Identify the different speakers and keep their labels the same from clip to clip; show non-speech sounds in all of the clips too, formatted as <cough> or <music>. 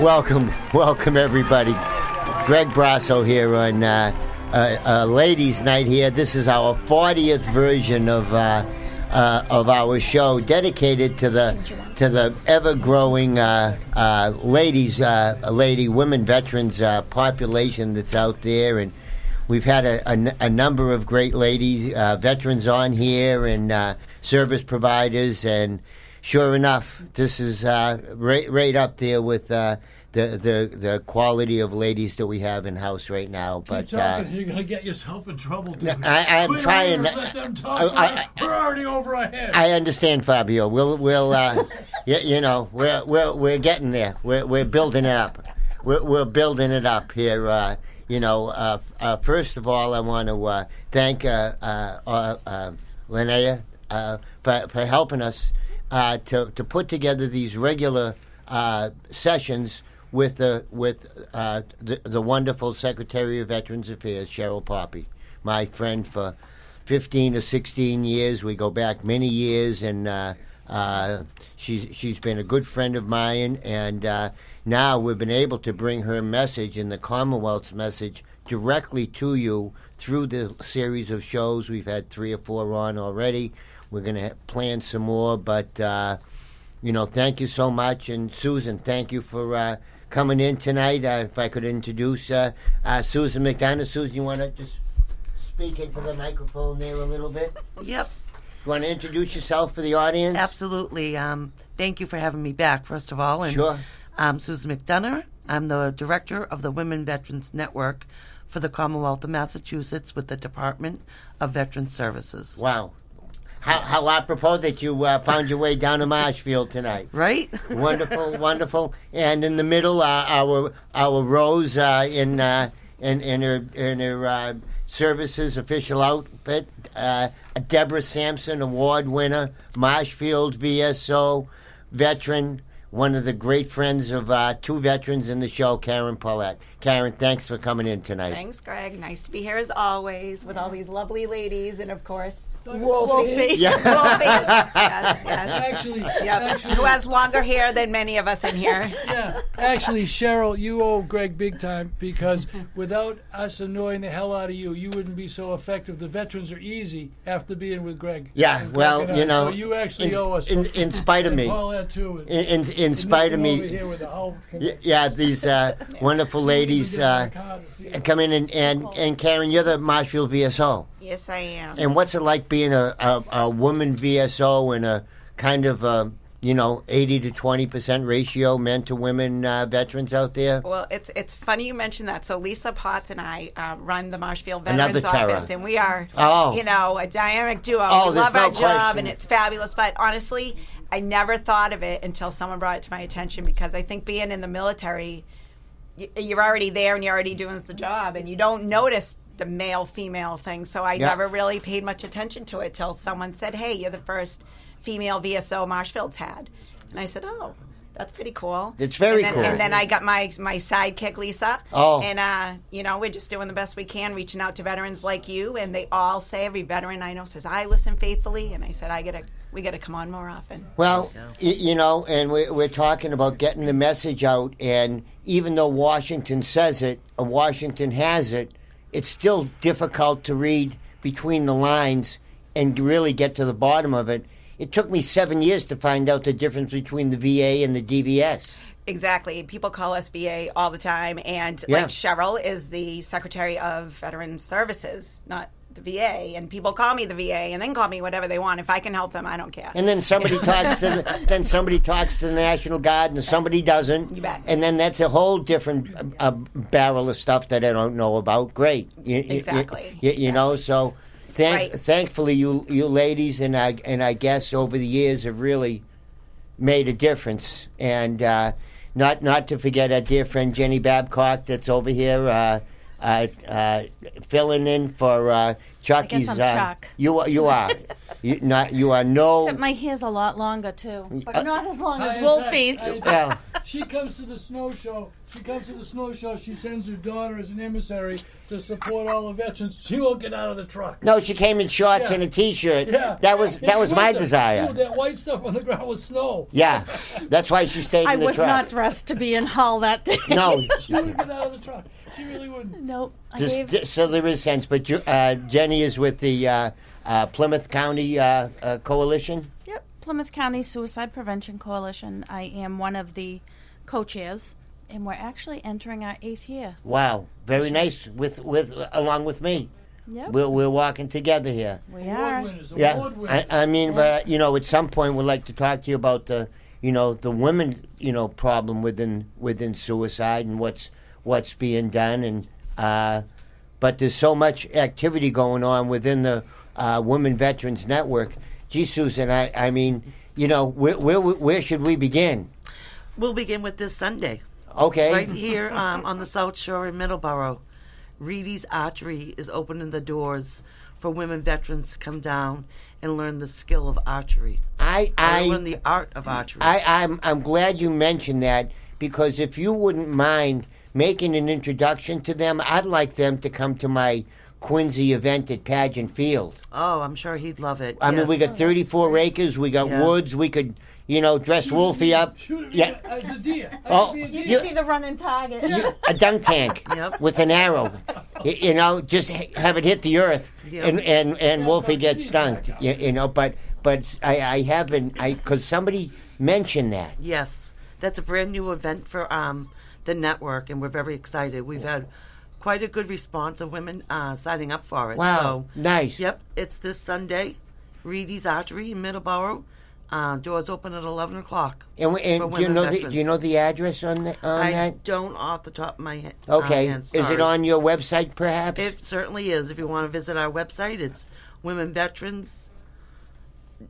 Speaker 1: Welcome, welcome everybody. Greg Brasso here on uh, uh, uh, Ladies' Night. Here, this is our 40th version of uh, uh, of our show, dedicated to the to the ever growing uh, uh, ladies, uh, lady women veterans uh, population that's out there, and We've had a, a n- a number of great ladies, uh, veterans on here, and uh, service providers, and sure enough, this is uh, right, right up there with uh, the, the the quality of ladies that we have in house right now.
Speaker 2: Keep
Speaker 1: But uh,
Speaker 2: talking, you're gonna get yourself in trouble. Dude.
Speaker 1: I- I'm
Speaker 2: Quit
Speaker 1: trying-
Speaker 2: here, Let them talk.
Speaker 1: I- I-
Speaker 2: man. We're already over our head.
Speaker 1: I understand, Fabio. We'll we'll uh, y- you know we're we're we're getting there. We're we're building it up. We're we're building it up here. Uh, you know, uh, f- uh, first of all, I want to uh, thank uh, uh, uh, uh, Linnea uh, for for helping us uh, to to put together these regular uh, sessions with the with uh, the, the wonderful Secretary of Veterans Affairs, Cheryl Poppy, my friend for 15 or 16 years. We go back many years, and uh, uh, she's she's been a good friend of mine. And uh, now we've been able to bring her message and the Commonwealth's message directly to you through the series of shows. We've had three or four on already. We're going to plan some more, but. Uh, you know, thank you so much. And Susan, thank you for uh, coming in tonight. Uh, if I could introduce uh, uh, Susan McDonough. Susan, you want to just speak into the microphone there a little bit?
Speaker 3: Yep,
Speaker 1: You want to introduce yourself for the audience?
Speaker 3: absolutely. Um, thank you for having me back, first of all. And
Speaker 1: Sure.
Speaker 4: um,
Speaker 3: I'm Susan McDonough. I'm the director of the Women Veterans Network for the Commonwealth of Massachusetts with the Department of Veteran Services.
Speaker 1: Wow. How, how apropos that you uh, found your way down to Marshfield tonight.
Speaker 3: Right?
Speaker 1: wonderful, wonderful. And in the middle, uh, our our Rose uh, in, uh, in in her in her uh, services official outfit, uh, Deborah Sampson, award winner, Marshfield VSO veteran, one of the great friends of uh, two veterans in the show, Karen Paulette. Karen, thanks for coming in tonight.
Speaker 5: Thanks, Greg. Nice to be here as always with all these lovely ladies and, of course,
Speaker 2: Wolfie.
Speaker 5: Wolfie. <laughs>
Speaker 2: <laughs>
Speaker 5: Wolfie. Yes, yes.
Speaker 2: Actually,
Speaker 5: Yep.
Speaker 2: actually,
Speaker 5: Who has longer hair than many of us in here?
Speaker 2: <laughs> yeah. Actually, Cheryl, you owe Greg big time because without us annoying the hell out of you, you wouldn't be so effective. The veterans are easy after being with Greg.
Speaker 1: Yeah,
Speaker 2: And Greg
Speaker 1: well,
Speaker 2: and I.
Speaker 1: you know,
Speaker 2: So you actually
Speaker 1: in,
Speaker 2: owe us.
Speaker 1: in, in spite of me,
Speaker 2: All that too. and
Speaker 1: in, in, in spite of
Speaker 2: come Over
Speaker 1: me,
Speaker 2: here with a whole-
Speaker 1: y- <laughs> yeah, these uh, wonderful ladies. Uh, come in and, and, and Karen, you're the Marshfield VSO.
Speaker 5: Yes, I am.
Speaker 1: And what's it like being a, a, a woman VSO in a kind of, um, you know, 80 to 20% ratio men to women uh, veterans out there?
Speaker 5: Well, it's it's funny you mentioned that. So Lisa Potts and I uh, run the Marshfield
Speaker 1: Another
Speaker 5: Veterans
Speaker 1: Tara.
Speaker 5: Office, and we are,
Speaker 1: Oh.
Speaker 5: you know, a dynamic duo.
Speaker 1: Oh,
Speaker 5: we
Speaker 1: there's
Speaker 5: love our
Speaker 1: no
Speaker 5: job,
Speaker 1: question.
Speaker 5: and it's fabulous. But honestly, I never thought of it until someone brought it to my attention because I think being in the military, y- you're already there and you're already doing the job, and you don't notice the male female thing. So I
Speaker 1: Yeah.
Speaker 5: never really paid much attention to it till someone said, "Hey, you're the first female VSO Marshfield's had," and I said, "Oh." That's pretty cool.
Speaker 1: It's very
Speaker 5: And then-
Speaker 1: cool.
Speaker 5: And then I got my my sidekick Lisa.
Speaker 1: Oh.
Speaker 5: And uh, you know, we're just doing the best we can, reaching out to veterans like you, and they all say every veteran I know says I listen faithfully, and I said I gotta we gotta come on more often.
Speaker 1: Well, y- you know, and we're, we're talking about getting the message out, and even though Washington says it, or Washington has it, it's still difficult to read between the lines and really get to the bottom of it. It took me seven years to find out the difference between the VA and the DVS.
Speaker 5: Exactly. People call us VA all the time, and
Speaker 1: Yeah.
Speaker 5: like Cheryl is the Secretary of Veteran Services, not the VA. And people call me the VA, and then call me whatever they want. If I can help them, I don't care.
Speaker 1: <laughs> And then somebody talks to
Speaker 5: <laughs>
Speaker 1: the, then somebody talks to the National Guard, and somebody doesn't.
Speaker 5: You bet.
Speaker 1: And then that's a whole different uh, barrel of stuff that I don't know about. Great, You- you- you-
Speaker 5: Exactly.
Speaker 1: You, you know, so thank,
Speaker 5: Right.
Speaker 1: thankfully, you you ladies and I and I guess over the years have really made a difference. And uh, not not to forget our dear friend Jenny Babcock that's over here uh, uh, uh, filling in for uh, Chucky's.
Speaker 6: I'm
Speaker 1: uh,
Speaker 6: Chuck.
Speaker 1: You are.
Speaker 5: <laughs>
Speaker 1: You are. you, not, you are no.
Speaker 6: Except my hair's a lot longer too,
Speaker 1: Uh,
Speaker 6: but not as long as
Speaker 2: I
Speaker 6: Wolfie's.
Speaker 2: attack- I attack-
Speaker 1: well,
Speaker 2: She comes to the snow show. She comes to the snow show. She sends her daughter as an emissary to support all the veterans. She won't get out of the truck.
Speaker 1: no, she came in shorts
Speaker 2: Yeah.
Speaker 1: and a T-shirt.
Speaker 2: Yeah.
Speaker 1: That was
Speaker 2: It's
Speaker 1: that was my
Speaker 2: winter.
Speaker 1: desire.
Speaker 2: Dude, that white stuff on the ground was snow.
Speaker 1: Yeah, that's why she stayed
Speaker 6: I
Speaker 1: in the
Speaker 6: was
Speaker 1: truck.
Speaker 6: not dressed to be in Hull that day.
Speaker 1: <laughs> no,
Speaker 2: She wouldn't get out of the truck. She really
Speaker 6: <laughs>
Speaker 2: wouldn't.
Speaker 6: nope. I
Speaker 1: Just-
Speaker 6: gave
Speaker 1: just- so there is sense, but you, uh, Jenny is with the uh, uh, Plymouth County uh, uh, Coalition.
Speaker 6: Yep, Plymouth County Suicide Prevention Coalition. I am one of the co-chairs, and we're actually entering our eighth year.
Speaker 1: Wow, very nice. With with along with me,
Speaker 6: Yep,
Speaker 1: we're we're walking together here.
Speaker 6: we
Speaker 2: Award
Speaker 6: are.
Speaker 2: winners.
Speaker 1: Yeah,
Speaker 2: Award
Speaker 1: I,
Speaker 2: winners.
Speaker 1: I mean, but you know, at some point, we'd like to talk to you about the you know the women you know problem within within suicide and what's what's being done and uh, but there's so much activity going on within the uh, Women Veterans Network. Gee, Susan, I I mean, you know, where where where should we begin?
Speaker 4: We'll begin with this Sunday.
Speaker 1: Okay,
Speaker 4: Right here um, on the South Shore in Middleborough, Reedy's Archery is opening the doors for women veterans to come down and learn the skill of archery.
Speaker 1: I I
Speaker 4: and learn the art of archery.
Speaker 1: I, I'm I'm glad you mentioned that because if you wouldn't mind making an introduction to them, I'd like them to come to my Quincy event at Pageant Field.
Speaker 4: oh, I'm sure he'd love it.
Speaker 1: I mean, we
Speaker 4: Yes. Oh,
Speaker 1: got 34 acres, we got
Speaker 4: Yeah.
Speaker 1: woods, we could, you know, dress Wolfie up.
Speaker 2: Shoot at me
Speaker 1: Yeah,
Speaker 2: as a deer. I
Speaker 1: Oh,
Speaker 2: should be a
Speaker 1: you-
Speaker 2: deer.
Speaker 6: You could be the running target.
Speaker 1: a dunk tank
Speaker 4: <laughs> Yep.
Speaker 1: with an arrow. Y- You know, just ha- have it hit the earth,
Speaker 4: Yeah.
Speaker 1: and and and Wolfie gets dunked. You, you know, but but I, I have been I because somebody mentioned that.
Speaker 4: Yes, that's a brand new event for um, the network, and we're very excited. We've had quite a good response of women uh, signing up for it.
Speaker 1: Wow,
Speaker 4: So,
Speaker 1: nice.
Speaker 4: Yep, it's this Sunday, Reedy's Archery in Middleborough. Uh, doors open at 11 o'clock.
Speaker 1: And, we,
Speaker 4: for
Speaker 1: and do you
Speaker 4: women
Speaker 1: know the, do you
Speaker 4: veterans.
Speaker 1: know the address on the, on
Speaker 4: I
Speaker 1: that?
Speaker 4: don't off the top of my head. uh,
Speaker 1: Okay,
Speaker 4: hand,
Speaker 1: is it
Speaker 4: sorry.
Speaker 1: on your website perhaps?
Speaker 4: It certainly is. If you want to visit our website, it's Women Veterans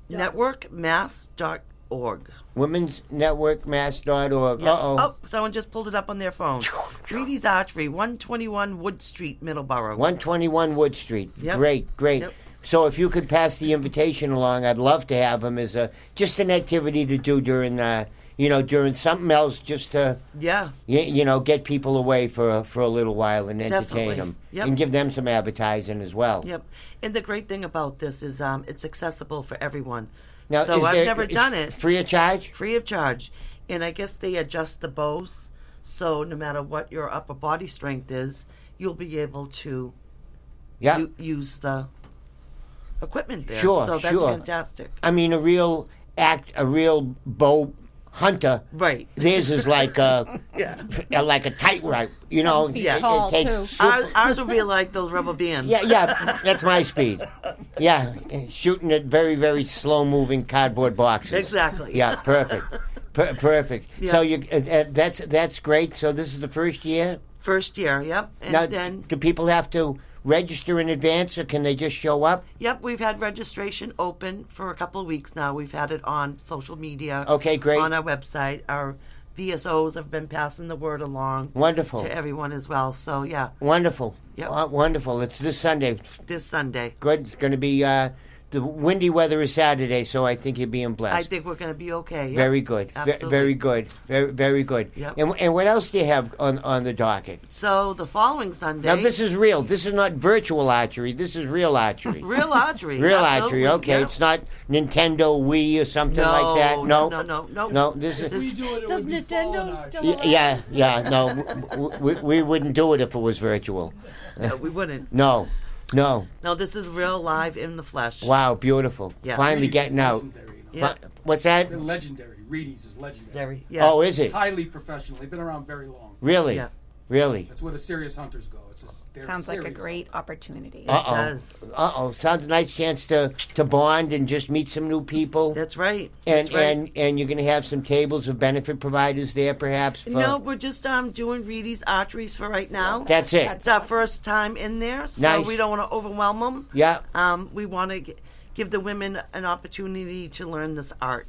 Speaker 4: Network Mass.org.
Speaker 1: Women's Network Mass.org.
Speaker 4: Yeah.
Speaker 1: Uh oh.
Speaker 4: someone just pulled it up on their phone. Reedy's Archery, 121 Wood Street, Middleborough.
Speaker 1: 121 Wood Street.
Speaker 4: Yep.
Speaker 1: Great, great.
Speaker 4: Yep.
Speaker 1: So if you could pass the invitation along, I'd love to have them as a just an activity to do during uh, you know during something else just to
Speaker 4: Yeah,
Speaker 1: you, you know get people away for a, for a little while and entertain
Speaker 4: Definitely.
Speaker 1: them
Speaker 4: Yep.
Speaker 1: and give them some advertising as well.
Speaker 4: yep. And the great thing about this is um, it's accessible for everyone.
Speaker 1: Now,
Speaker 4: so
Speaker 1: is
Speaker 4: I've
Speaker 1: there-
Speaker 4: never
Speaker 1: is
Speaker 4: done it
Speaker 1: free of charge.
Speaker 4: free of charge. And I guess they adjust the bows so no matter what your upper body strength is, you'll be able to
Speaker 1: Yeah.
Speaker 4: u- use the equipment there.
Speaker 1: Sure,
Speaker 4: so that's
Speaker 1: sure.
Speaker 4: fantastic.
Speaker 1: I mean, a real act, a real bow hunter.
Speaker 4: Right.
Speaker 1: Theirs is like a, uh, like a tightrope. You know,
Speaker 6: feet tall, too.
Speaker 4: Ours, ours will be like those rubber bands.
Speaker 1: yeah, yeah, that's my speed. Yeah, and shooting at very, very slow-moving cardboard boxes.
Speaker 4: Exactly.
Speaker 1: Yeah, perfect, per- perfect.
Speaker 4: Yeah.
Speaker 1: So you, uh, uh, that's that's great. So this is the first year.
Speaker 4: First year, yep. And
Speaker 1: now,
Speaker 4: then,
Speaker 1: do people have to register in advance, or can they just show up?
Speaker 4: yep, we've had registration open for a couple of weeks now. We've had it on social media.
Speaker 1: Okay, great.
Speaker 4: On our website. Our VSOs have been passing the word along
Speaker 1: Wonderful,
Speaker 4: to everyone as well. So, yeah,
Speaker 1: wonderful,
Speaker 4: Yep.
Speaker 1: Wa- wonderful. It's this Sunday.
Speaker 4: this Sunday.
Speaker 1: good. It's going to be uh, the windy weather is Saturday, so I think you're being blessed.
Speaker 4: I think we're going to be okay. Yep.
Speaker 1: very good, Ve-
Speaker 4: Absolutely.
Speaker 1: very good, very very good.
Speaker 4: Yep.
Speaker 1: And and what else do you have on on the docket?
Speaker 4: So, the following Sunday.
Speaker 1: Now this is real. This is not virtual archery. This is real
Speaker 4: <laughs>
Speaker 1: archery.
Speaker 4: Real
Speaker 1: <laughs>
Speaker 4: archery.
Speaker 1: Real
Speaker 4: absolutely,
Speaker 1: archery. Okay,
Speaker 4: yeah.
Speaker 1: it's not Nintendo Wii or something
Speaker 4: no,
Speaker 1: like that.
Speaker 4: No, no, no, no.
Speaker 1: No, this is.
Speaker 4: This-
Speaker 2: We do it, it
Speaker 6: Does
Speaker 2: would be fallen
Speaker 6: Nintendo
Speaker 2: art.
Speaker 6: still?
Speaker 1: Y- yeah, yeah, no, w- w- we, we wouldn't do it if it was virtual.
Speaker 4: no, <laughs> we wouldn't.
Speaker 1: No, no.
Speaker 4: No, this is real live in the flesh.
Speaker 1: Wow, beautiful.
Speaker 4: Yeah.
Speaker 1: Finally
Speaker 5: Reedy's is
Speaker 1: getting out.
Speaker 5: legendary, you know?
Speaker 4: Yeah.
Speaker 1: Fi- What's that?
Speaker 5: They're legendary. Reedy's is legendary.
Speaker 4: Very- Yeah.
Speaker 1: Oh, is it?
Speaker 5: Highly professional. They've been around very long.
Speaker 1: Really?
Speaker 4: Yeah.
Speaker 1: Really?
Speaker 5: That's where the serious hunters go. It's just, they're
Speaker 7: Sounds like a
Speaker 5: serious.
Speaker 7: great opportunity.
Speaker 1: Uh
Speaker 4: does.
Speaker 1: oh. Uh oh. Sounds a nice chance to, to bond and just meet some new people.
Speaker 4: That's right.
Speaker 1: and
Speaker 4: That's right.
Speaker 1: and and you're going to have some tables of benefit providers there, perhaps. For,
Speaker 4: no, we're just um doing Reedy's arteries for right now.
Speaker 1: That's it.
Speaker 4: It's our first time in there, so
Speaker 1: Nice.
Speaker 4: we don't want to overwhelm them.
Speaker 1: yeah.
Speaker 4: Um, we want to g- give the women an opportunity to learn this art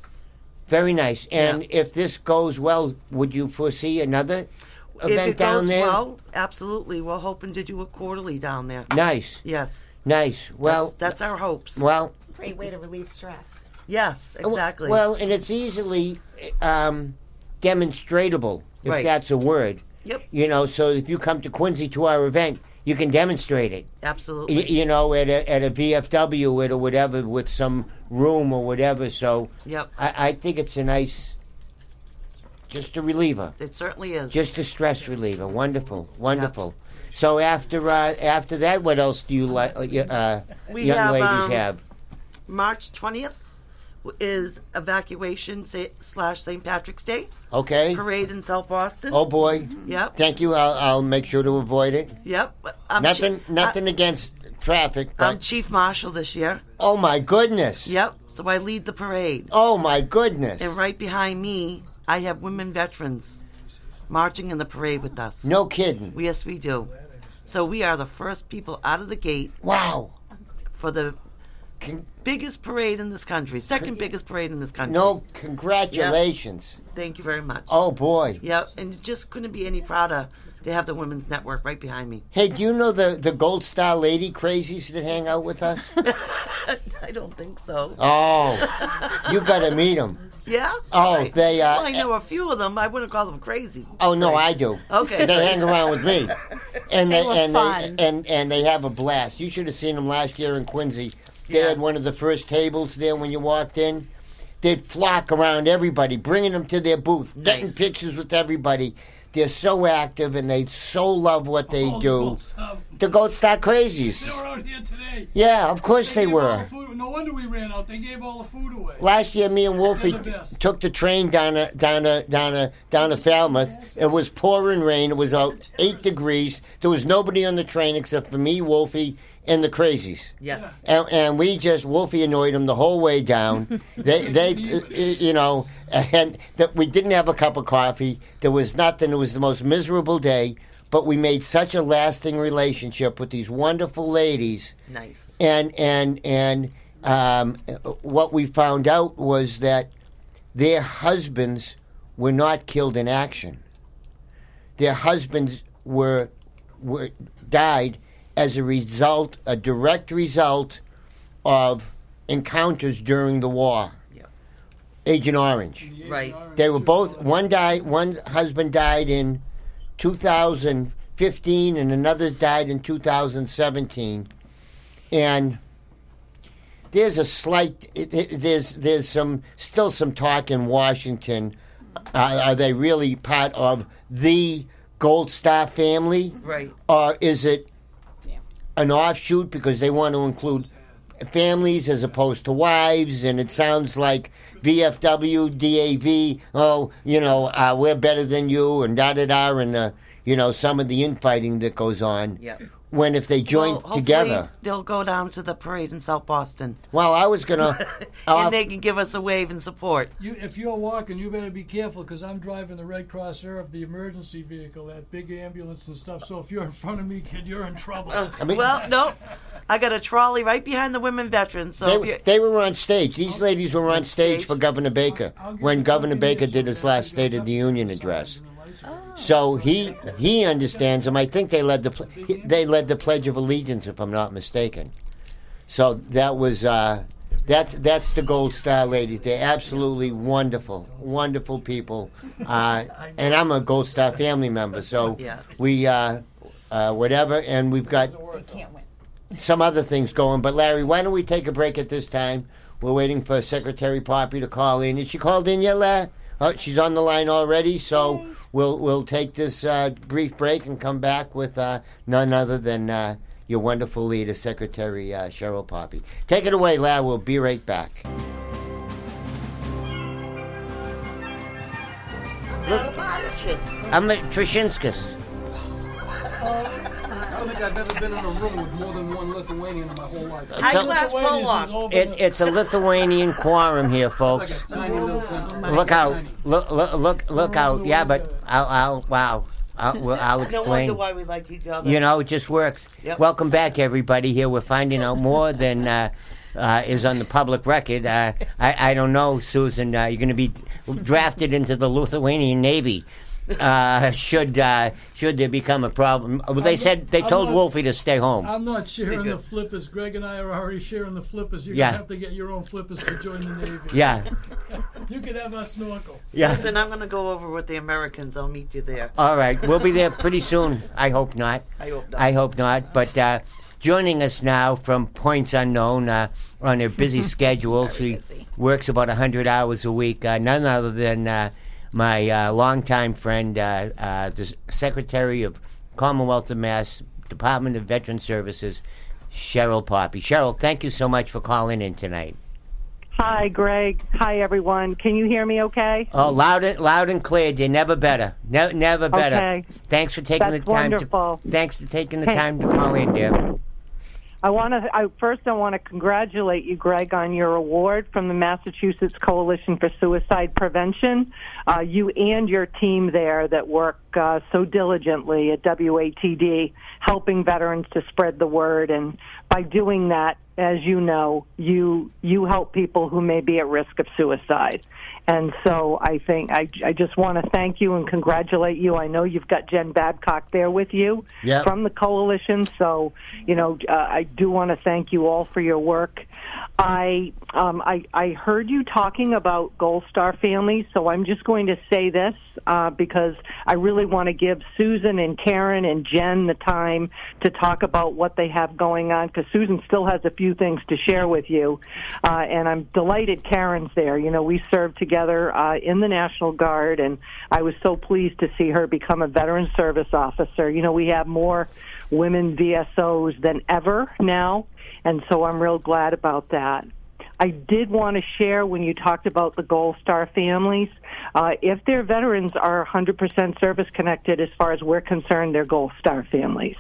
Speaker 1: Very nice. And
Speaker 4: Yeah.
Speaker 1: if this goes well, would you foresee another event
Speaker 4: if it
Speaker 1: down
Speaker 4: goes
Speaker 1: there?
Speaker 4: well, absolutely. We're hoping to do a quarterly down there.
Speaker 1: Nice,
Speaker 4: Yes.
Speaker 1: nice. Well,
Speaker 4: that's, that's our hopes.
Speaker 1: well, uh,
Speaker 5: Great way to relieve stress.
Speaker 4: yes,
Speaker 1: w-
Speaker 4: exactly.
Speaker 1: Well, and it's easily um, demonstratable, if
Speaker 4: Right.
Speaker 1: that's a word.
Speaker 4: Yep.
Speaker 1: You know, so if you come to Quincy to our event, you can demonstrate it.
Speaker 4: absolutely.
Speaker 1: y- you know, at a, at a VFW it or whatever with some room or whatever. So
Speaker 4: Yep.
Speaker 1: I, I think it's a nice, just a reliever,
Speaker 4: It certainly is.
Speaker 1: just a stress reliever. Wonderful, wonderful. So after uh, after that, what else do you like, uh, y- uh,
Speaker 4: We
Speaker 1: young
Speaker 4: have,
Speaker 1: ladies
Speaker 4: um,
Speaker 1: have?
Speaker 4: March 20th w- is evacuation sa- slash St. Patrick's Day
Speaker 1: Okay.
Speaker 4: parade in South Boston.
Speaker 1: Oh boy.
Speaker 4: Mm-hmm. Yep.
Speaker 1: Thank you. I'll, I'll make sure to avoid it.
Speaker 4: Yep. I'm uh,
Speaker 1: Nothing,
Speaker 4: chi-
Speaker 1: nothing against traffic,
Speaker 4: I, am
Speaker 1: but
Speaker 4: chief marshal this year.
Speaker 1: oh my goodness.
Speaker 4: Yep. So I lead the parade.
Speaker 1: Oh my goodness.
Speaker 4: And right behind me, I have women veterans marching in the parade with us.
Speaker 1: No kidding.
Speaker 4: Yes, we do. So we are the first people out of the gate
Speaker 1: Wow.
Speaker 4: for the
Speaker 1: Con-
Speaker 4: biggest parade in this country, second biggest parade in this country.
Speaker 1: no, congratulations.
Speaker 4: Thank you very much.
Speaker 1: Oh boy.
Speaker 4: Yeah, and just couldn't be any prouder to have the women's network right behind me. <laughs>
Speaker 1: Hey, do you know the, the Gold Star Lady crazies that hang out with
Speaker 4: <laughs>
Speaker 1: us?
Speaker 4: I don't think so.
Speaker 1: oh, you got to meet them.
Speaker 4: Yeah?
Speaker 1: Oh,
Speaker 4: Right.
Speaker 1: they, uh,
Speaker 4: well, I know a few of them. I wouldn't call them crazy.
Speaker 1: Oh no, I do.
Speaker 4: Okay.
Speaker 1: they hang around with me, and they,
Speaker 8: They were
Speaker 1: and
Speaker 8: fun.
Speaker 1: they and and they have a blast. You should have seen them last year in Quincy. They
Speaker 4: Yeah.
Speaker 1: had one of the first tables there when you walked in. They'd flock around everybody, bringing them to their booth, getting
Speaker 4: Nice.
Speaker 1: pictures with everybody. They're so active and they so love what they
Speaker 2: Oh,
Speaker 1: do. The Gold Star Crazies.
Speaker 2: They were out here today.
Speaker 1: Yeah, of course they
Speaker 2: gave all
Speaker 1: were.
Speaker 2: the food- No wonder we ran out. They gave all the food away.
Speaker 1: Last year, me and Wolfie
Speaker 2: They're the best.
Speaker 1: took the train down to, down to, down to, down to Falmouth. It was pouring rain. It was out eight degrees. There was nobody on the train except for me, Wolfie, and the crazies.
Speaker 4: Yes.
Speaker 1: And, and we just Wolfie annoyed them the whole way <laughs> down. They, they, uh, uh, you know, and that we didn't have a cup of coffee. There was nothing. It was the most miserable day. But we made such a lasting relationship with these wonderful ladies
Speaker 4: Nice.
Speaker 1: and and and um, what we found out was that their husbands were not killed in action. Their husbands were were died as a result, a direct result of encounters during the war.
Speaker 4: Yep.
Speaker 1: Agent Orange.
Speaker 4: Right.
Speaker 1: They were both one died. One husband died in 2015, and another died in 2017. And there's a slight it- it- there's there's some still some talk in Washington. Are, are they really part of the Gold Star family?
Speaker 4: Right.
Speaker 1: or is it an offshoot because they want to include families as opposed to wives? And it sounds like VFW, DAV, oh, you know, uh, we're better than you, and da da da, and the, you know, some of the infighting that goes on.
Speaker 4: Yep.
Speaker 1: When if they
Speaker 4: Well,
Speaker 1: join
Speaker 4: hopefully
Speaker 1: together,
Speaker 4: They'll go down to the parade in South Boston.
Speaker 1: well, I was gonna, uh,
Speaker 4: <laughs> and they can give us a wave and support.
Speaker 2: You, if you're walking, you better be careful because I'm driving the Red Cross Europe, the emergency vehicle, that big ambulance and stuff. So if you're in front of me, kid, you're in trouble.
Speaker 1: I mean,
Speaker 3: <laughs>
Speaker 4: Well, no. I got a trolley right behind the women veterans. So
Speaker 1: they,
Speaker 4: if you
Speaker 1: were- they were on stage. These ladies were on stage
Speaker 4: stage.
Speaker 1: for Governor Baker
Speaker 2: I'll give
Speaker 1: when
Speaker 2: you
Speaker 1: Governor
Speaker 2: something
Speaker 1: Baker
Speaker 2: to
Speaker 1: did
Speaker 2: do.
Speaker 1: his last State of the Union address.
Speaker 2: Oh.
Speaker 1: So he he understands them. I think they led the pl- they led the Pledge of Allegiance, if I'm not mistaken. So that was uh, that's that's the Gold Star ladies. They're absolutely wonderful, wonderful people. Uh, and I'm a Gold Star family member, so
Speaker 4: Yeah.
Speaker 1: we uh, uh, whatever. And we've got some other things going. But Larry, why don't we take a break at this time? We're waiting for Secretary Poppy to call in. Is she called in yet, Larry? Oh, she's on the line already. So we'll we'll take this uh, brief break and come back with uh, none other than uh, your wonderful leader, Secretary uh, Cheryl Poppy. Take it away, Larry. We'll be right back.
Speaker 4: Malabottiches.
Speaker 1: I'm at Trishinskis.
Speaker 9: I don't think I've ever been in a room with more than one Lithuanian in my whole life. It's
Speaker 4: High
Speaker 1: So-
Speaker 4: class Polacks.
Speaker 1: It, it's a Lithuanian quorum here,
Speaker 9: like
Speaker 1: folks.
Speaker 9: a tiny little country.
Speaker 1: Look out!
Speaker 9: Tiny.
Speaker 1: Look look look look out! Yeah, but I'll I'll wow. I'll, well, I'll
Speaker 4: No
Speaker 1: explain.
Speaker 4: wonder why we <laughs> like each other.
Speaker 1: You know, it just works.
Speaker 4: Yep.
Speaker 1: Welcome back, everybody. Here we're finding out more than uh, uh, is on the public record. Uh, I, I don't know, Susan. Uh, you're going to be drafted into the Lithuanian Navy. Uh, should uh, should there become a problem? Well, they
Speaker 2: I'm-
Speaker 1: said they
Speaker 2: I'm
Speaker 1: told
Speaker 2: not-
Speaker 1: Wolfie to stay home.
Speaker 2: I'm not sharing the flippers. Greg and I are already sharing the flippers. You're
Speaker 1: Yeah.
Speaker 2: gonna have to get your own flippers to join the navy.
Speaker 1: yeah,
Speaker 2: You could have our snorkel.
Speaker 1: yeah.
Speaker 3: Listen, I'm going to go over with the Americans. I'll meet you there.
Speaker 1: All right, we'll be there pretty soon. I hope not.
Speaker 3: I hope not.
Speaker 1: I hope not. But uh, joining us now from Points Unknown uh, on her
Speaker 3: <laughs>
Speaker 1: busy schedule, she
Speaker 5: busy.
Speaker 1: works about 100 hours a week, uh, none other than uh, my uh, longtime friend, uh, uh, the S- Secretary of Commonwealth of Mass, Department of Veteran Services, Cheryl Poppy. Cheryl, thank you so much for calling in tonight.
Speaker 10: Hi, Greg. Hi, everyone. Can you hear me okay?
Speaker 1: Oh, loud and loud and clear, dear. Never better. Ne- never better.
Speaker 10: Okay.
Speaker 1: Thanks for taking
Speaker 10: That's
Speaker 1: the time.
Speaker 10: wonderful.
Speaker 1: To, thanks for taking the
Speaker 10: Hey.
Speaker 1: time to call in, dear.
Speaker 10: I want to. I, first, I want to congratulate you, Greg, on your award from the Massachusetts Coalition for Suicide Prevention. Uh, you and your team there that work uh, so diligently at WATD, helping veterans to spread the word, and by doing that, as you know, you you help people who may be at risk of suicide. And so I think I, I just want to thank you and congratulate you. I know you've got Jen Babcock there with you
Speaker 1: Yep.
Speaker 10: from the coalition. So, you know, uh, I do want to thank you all for your work. I, um, I I heard you talking about Gold Star families, so I'm just going to say this uh, because I really want to give Susan and Karen and Jen the time to talk about what they have going on because Susan still has a few things to share with you, uh, and I'm delighted Karen's there. You know, we served together uh, in the National Guard, and I was so pleased to see her become a veteran service officer. You know, we have more women VSOs than ever now, and so I'm real glad about that. I did want to share when you talked about the Gold Star families. Uh, if their veterans are 100% service connected, as far as we're concerned, they're Gold Star families.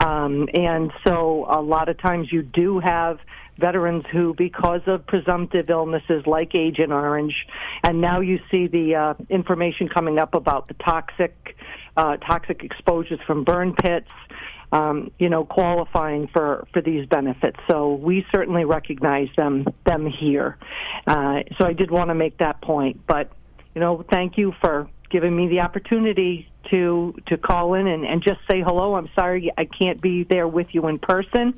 Speaker 10: Um, and so a lot of times you do have veterans who, because of presumptive illnesses like Agent Orange, and now you see the uh, information coming up about the toxic, uh, toxic exposures from burn pits. Um, you know, qualifying for, for these benefits. So we certainly recognize them them here. Uh, so I did want to make that point. But you know, thank you for giving me the opportunity to to call in and, and just say hello. I'm sorry I can't be there with you in person,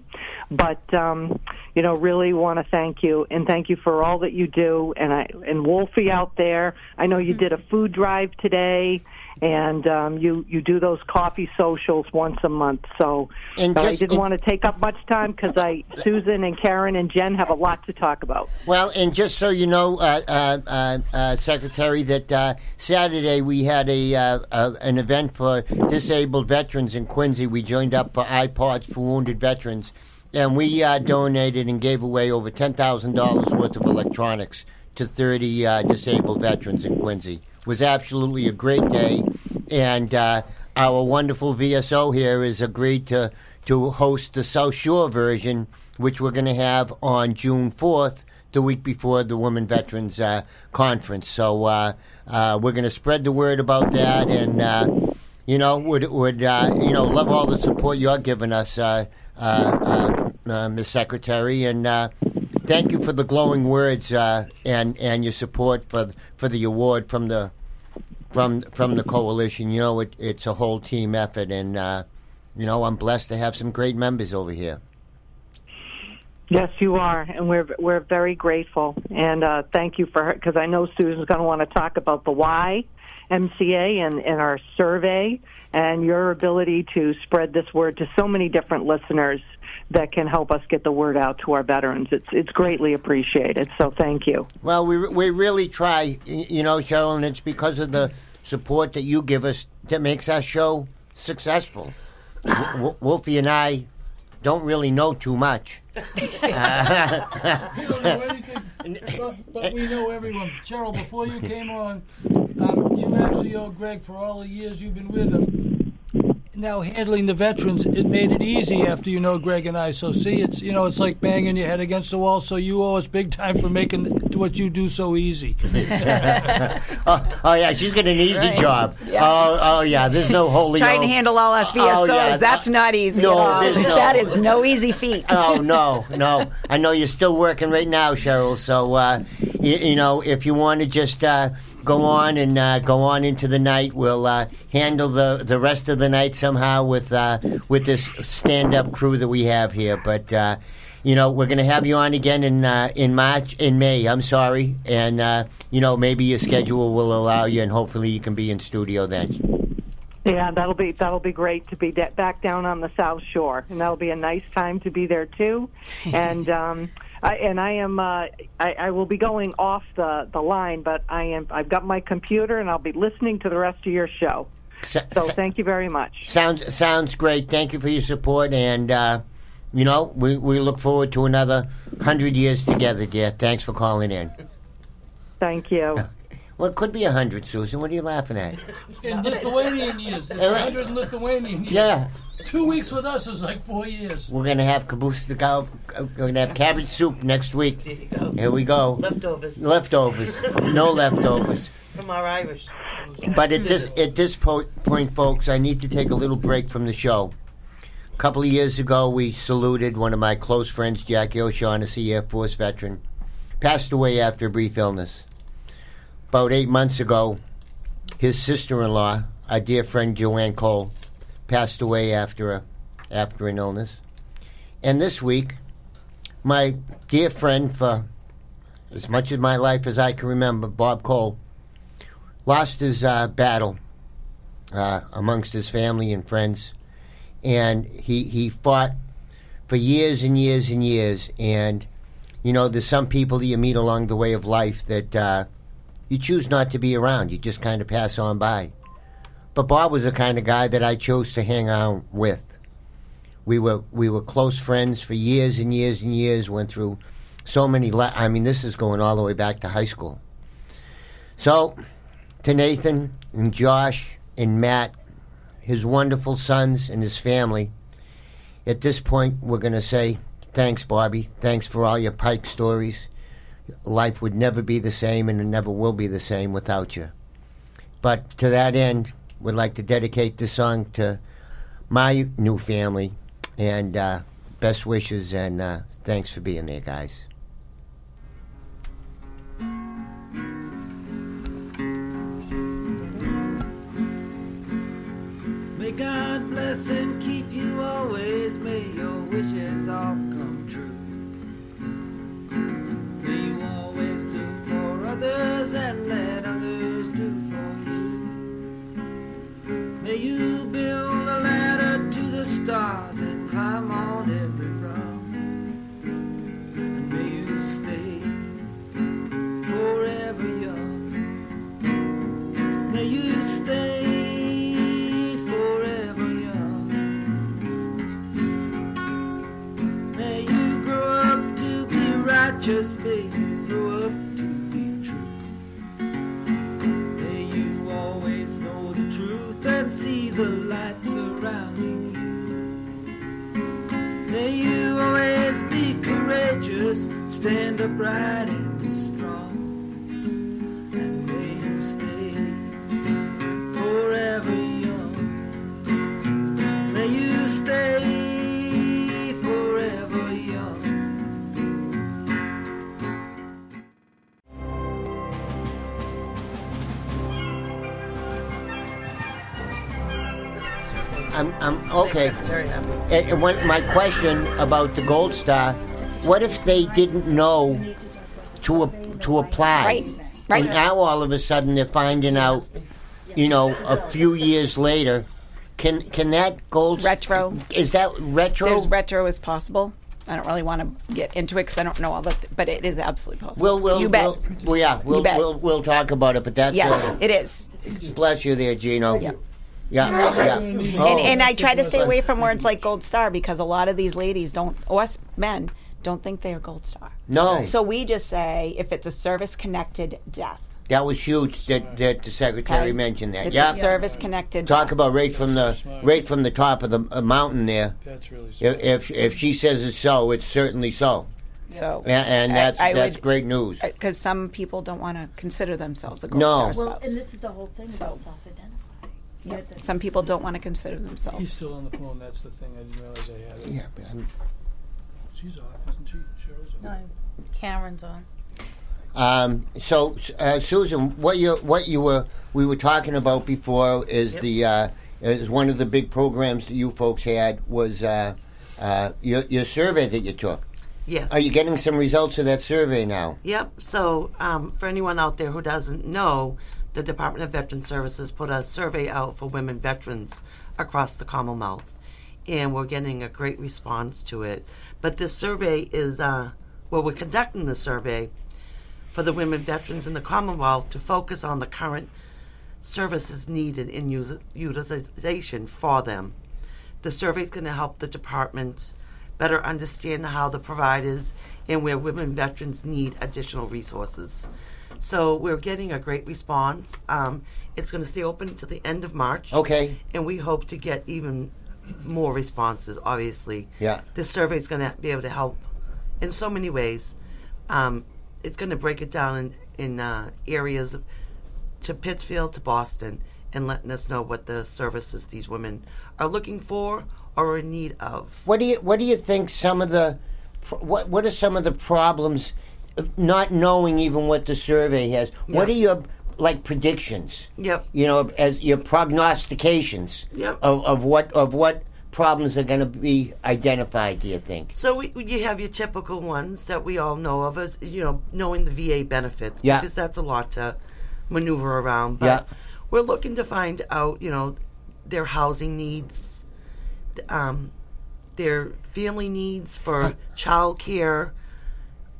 Speaker 10: but um, you know, really want to thank you and thank you for all that you do. And I and Wolfie out there, I know you did a food drive today. And um, you you do those coffee socials once a month, so
Speaker 1: And
Speaker 10: uh, I
Speaker 1: just-
Speaker 10: didn't want to take up much time because I Susan and Karen and Jen have a lot to talk about.
Speaker 1: Well, and just so you know, uh, uh, uh, uh, Secretary, that uh, Saturday we had a uh, uh, an event for disabled veterans in Quincy. We joined up for iPods for wounded veterans, and we uh, donated and gave away over ten thousand dollars worth of electronics to thirty uh, disabled veterans in Quincy. It was absolutely a great day, and uh, our wonderful VSO here has agreed to to host the South Shore version, which we're going to have on June 4th, the week before the Women Veterans uh, Conference. So uh, uh, we're going to spread the word about that, and uh, you know, would would uh, you know, love all the support you're giving us, uh, uh, uh, uh, Miss Secretary, and. Uh, Thank you for the glowing words uh, and and your support for for the award from the from from the coalition. You know, it, it's a whole team effort, and uh, you know, I'm blessed to have some great members over here.
Speaker 10: Yes, you are, and we're we're very grateful, and uh, thank you for because I know Susan's going to want to talk about the why MCA and, and our survey and your ability to spread this word to so many different listeners that can help us get the word out to our veterans. It's it's greatly appreciated. So thank you.
Speaker 1: Well, we we really try, y- you know, Cheryl, and it's because of the support that you give us that makes our show successful. W- W- Wolfie and I don't really know too much. <laughs>
Speaker 2: We don't know anything, but, but we know everyone. Cheryl, before you came on, um, you actually owe Greg for all the years you've been with him. now handling the veterans, it made it easy after you know Greg and I. So see, it's you know it's like banging your head against the wall. So you owe us big time for making what you do
Speaker 1: <laughs>
Speaker 2: so easy.
Speaker 1: Oh, oh yeah, she's got an easy job. Oh, oh yeah, there's no holy.
Speaker 5: Trying to
Speaker 1: oath.
Speaker 5: handle all us VSOs,
Speaker 1: Oh, yeah.
Speaker 5: that's not easy
Speaker 1: No,
Speaker 5: at all.
Speaker 1: there's no-
Speaker 5: That is no easy feat.
Speaker 1: Oh no, no! I know you're still working right now, Cheryl. So uh, you, you know, if you want to just uh, go on and uh, go on into the night, we'll uh, handle the the rest of the night somehow with uh, with this stand up crew that we have here. But uh, you know, we're going to have you on again in uh, in March, in May. I'm sorry, and uh, you know, maybe your schedule will allow you, and hopefully, you can be in studio then.
Speaker 10: Yeah, that'll be that'll be great to be de- back down on the South Shore, and that'll be a nice time to be there too. And um, I and I am uh, I, I will be going off the the line, but I am I've got my computer, and I'll be listening to the rest of your show.
Speaker 1: So,
Speaker 10: So thank you very much.
Speaker 1: Sounds sounds great. Thank you for your support, and uh, you know we, we look forward to another hundred years together, dear. Thanks for calling in.
Speaker 10: Thank you.
Speaker 1: Well, it could be a hundred, Susan. What are you laughing at?
Speaker 2: In Lithuanian years, it's 100 Lithuanian years.
Speaker 1: Yeah,
Speaker 2: Two weeks with us is like four years.
Speaker 1: we're gonna have caboose the cow. uh, We're gonna have cabbage soup next week.
Speaker 3: There you go.
Speaker 1: Here we go.
Speaker 3: Leftovers
Speaker 1: Leftovers, no leftovers.
Speaker 3: from our Irish.
Speaker 1: But at this at this po- point, folks, I need to take a little break from the show. A couple of years ago, we saluted one of my close friends, Jackie O'Shaughnessy, Air Force veteran, passed away after a brief illness. About eight months ago, his sister-in-law, our dear friend Joanne Cole, passed away after a after an illness. And this week, my dear friend for as much of my life as I can remember, Bob Cole, lost his uh, battle uh, amongst his family and friends, and he he fought for years and years and years. And you know, there's some people that you meet along the way of life that uh, you choose not to be around. You just kind of pass on by. But Bob was the kind of guy that I chose to hang out with. We were we were close friends for years and years and years. Went through so many. La- I mean, this is going all the way back to high school. So to Nathan and Josh and Matt, his wonderful sons and his family. At this point, we're going to say thanks, Bobby. Thanks for all your Pike stories. Life would never be the same, and it never will be the same without you. But to that end, we'd like to dedicate this song to my new family, and uh, best wishes and uh, thanks for being there, guys.
Speaker 3: May God bless and keep you always. May your wishes all come true. May you always do for others and let others do for you. May you build a ladder to the stars and climb on every rung. And may you stay forever young. May you stay forever young. May you grow up to be righteous. May you grow up to be true. May you always know the truth and see the light surrounding you. May you always be courageous. Stand upright and be strong. And may you stay forever young. May you stay forever young.
Speaker 1: I'm, I'm okay.
Speaker 3: Secretary Hubbard.
Speaker 1: And and when, my question about the Gold Star: What if they didn't know to ap- to apply?
Speaker 5: Right, right.
Speaker 1: And now all of a sudden they're finding out, you know, a few years later. Can can that Gold Star-
Speaker 5: Retro.
Speaker 1: Is that retro?
Speaker 5: There's retro as possible. I don't really want to get into it because I don't know all the, but it is absolutely possible.
Speaker 1: We'll, we'll,
Speaker 5: you bet.
Speaker 1: We'll, well, yeah, we'll,
Speaker 5: bet.
Speaker 1: we'll we'll talk about it. But that's
Speaker 5: yes, it is.
Speaker 1: uh, bless you there, Gino.
Speaker 5: Yep.
Speaker 1: Yeah, yeah. Oh.
Speaker 5: And, and I try to stay away from words like Gold Star because a lot of these ladies don't, or us men, don't think they are Gold Star.
Speaker 1: no.
Speaker 5: So we just say if it's a service connected death.
Speaker 1: That was huge that, that the secretary
Speaker 5: Okay.
Speaker 1: mentioned that.
Speaker 5: It's
Speaker 1: Yeah.
Speaker 5: a service connected.
Speaker 1: Talk about right from the
Speaker 2: That's smart.
Speaker 1: right from the top of the uh, mountain there.
Speaker 2: That's really smart.
Speaker 1: If, if if she says it's so, it's certainly so.
Speaker 5: so
Speaker 1: A- And,
Speaker 5: I-
Speaker 1: that's
Speaker 5: I
Speaker 1: that's
Speaker 5: would-
Speaker 1: great news.
Speaker 5: because some people don't want to consider themselves a gold
Speaker 1: No.
Speaker 5: star
Speaker 11: Well,
Speaker 5: spouse.
Speaker 11: and this is the whole thing about self-identifying. You're the-
Speaker 5: some people don't want to consider
Speaker 2: He's
Speaker 5: themselves.
Speaker 2: still on the phone. That's the thing. I didn't realize I had it.
Speaker 1: Yeah, but I'm-
Speaker 2: She's off, isn't she? Cheryl's off.
Speaker 6: Karen's on.
Speaker 1: Um, so, uh, Susan, what you what you were we were talking about before is the uh, is one of the big programs that you folks had was uh, uh, your your survey that you took.
Speaker 4: Yes.
Speaker 1: Are you getting some results of that survey now?
Speaker 4: Yep. So, um, for anyone out there who doesn't know, the Department of Veteran Services put a survey out for women veterans across the Commonwealth, and we're getting a great response to it. But this survey is, uh, well, we're conducting the survey for the women veterans in the Commonwealth to focus on the current services needed in usi- utilization for them. The survey is going to help the departments better understand how the providers and where women veterans need additional resources. So we're getting a great response. Um, it's going to stay open until the end of March.
Speaker 1: Okay.
Speaker 4: And we hope to get even more responses, obviously.
Speaker 1: Yeah.
Speaker 4: This survey is going to be able to help in so many ways. Um, it's going to break it down in, in uh, areas of- to Pittsfield to Boston and letting us know what the services these women are looking for or are in need of.
Speaker 1: What do you what do you think some of the pro- what what are some of the problems of not knowing even what the survey has? What are
Speaker 4: Yeah.
Speaker 1: your like predictions?
Speaker 4: Yep.
Speaker 1: you know, as your prognostications
Speaker 4: Yep.
Speaker 1: of, of what of what problems are going to be identified. Do you think?
Speaker 4: So we, you have your typical ones that we all know of as you know knowing the VA benefits
Speaker 1: Yeah.
Speaker 4: because that's a lot to maneuver around. But
Speaker 1: Yeah.
Speaker 4: we're looking to find out you know their housing needs, th- um, their family needs for childcare.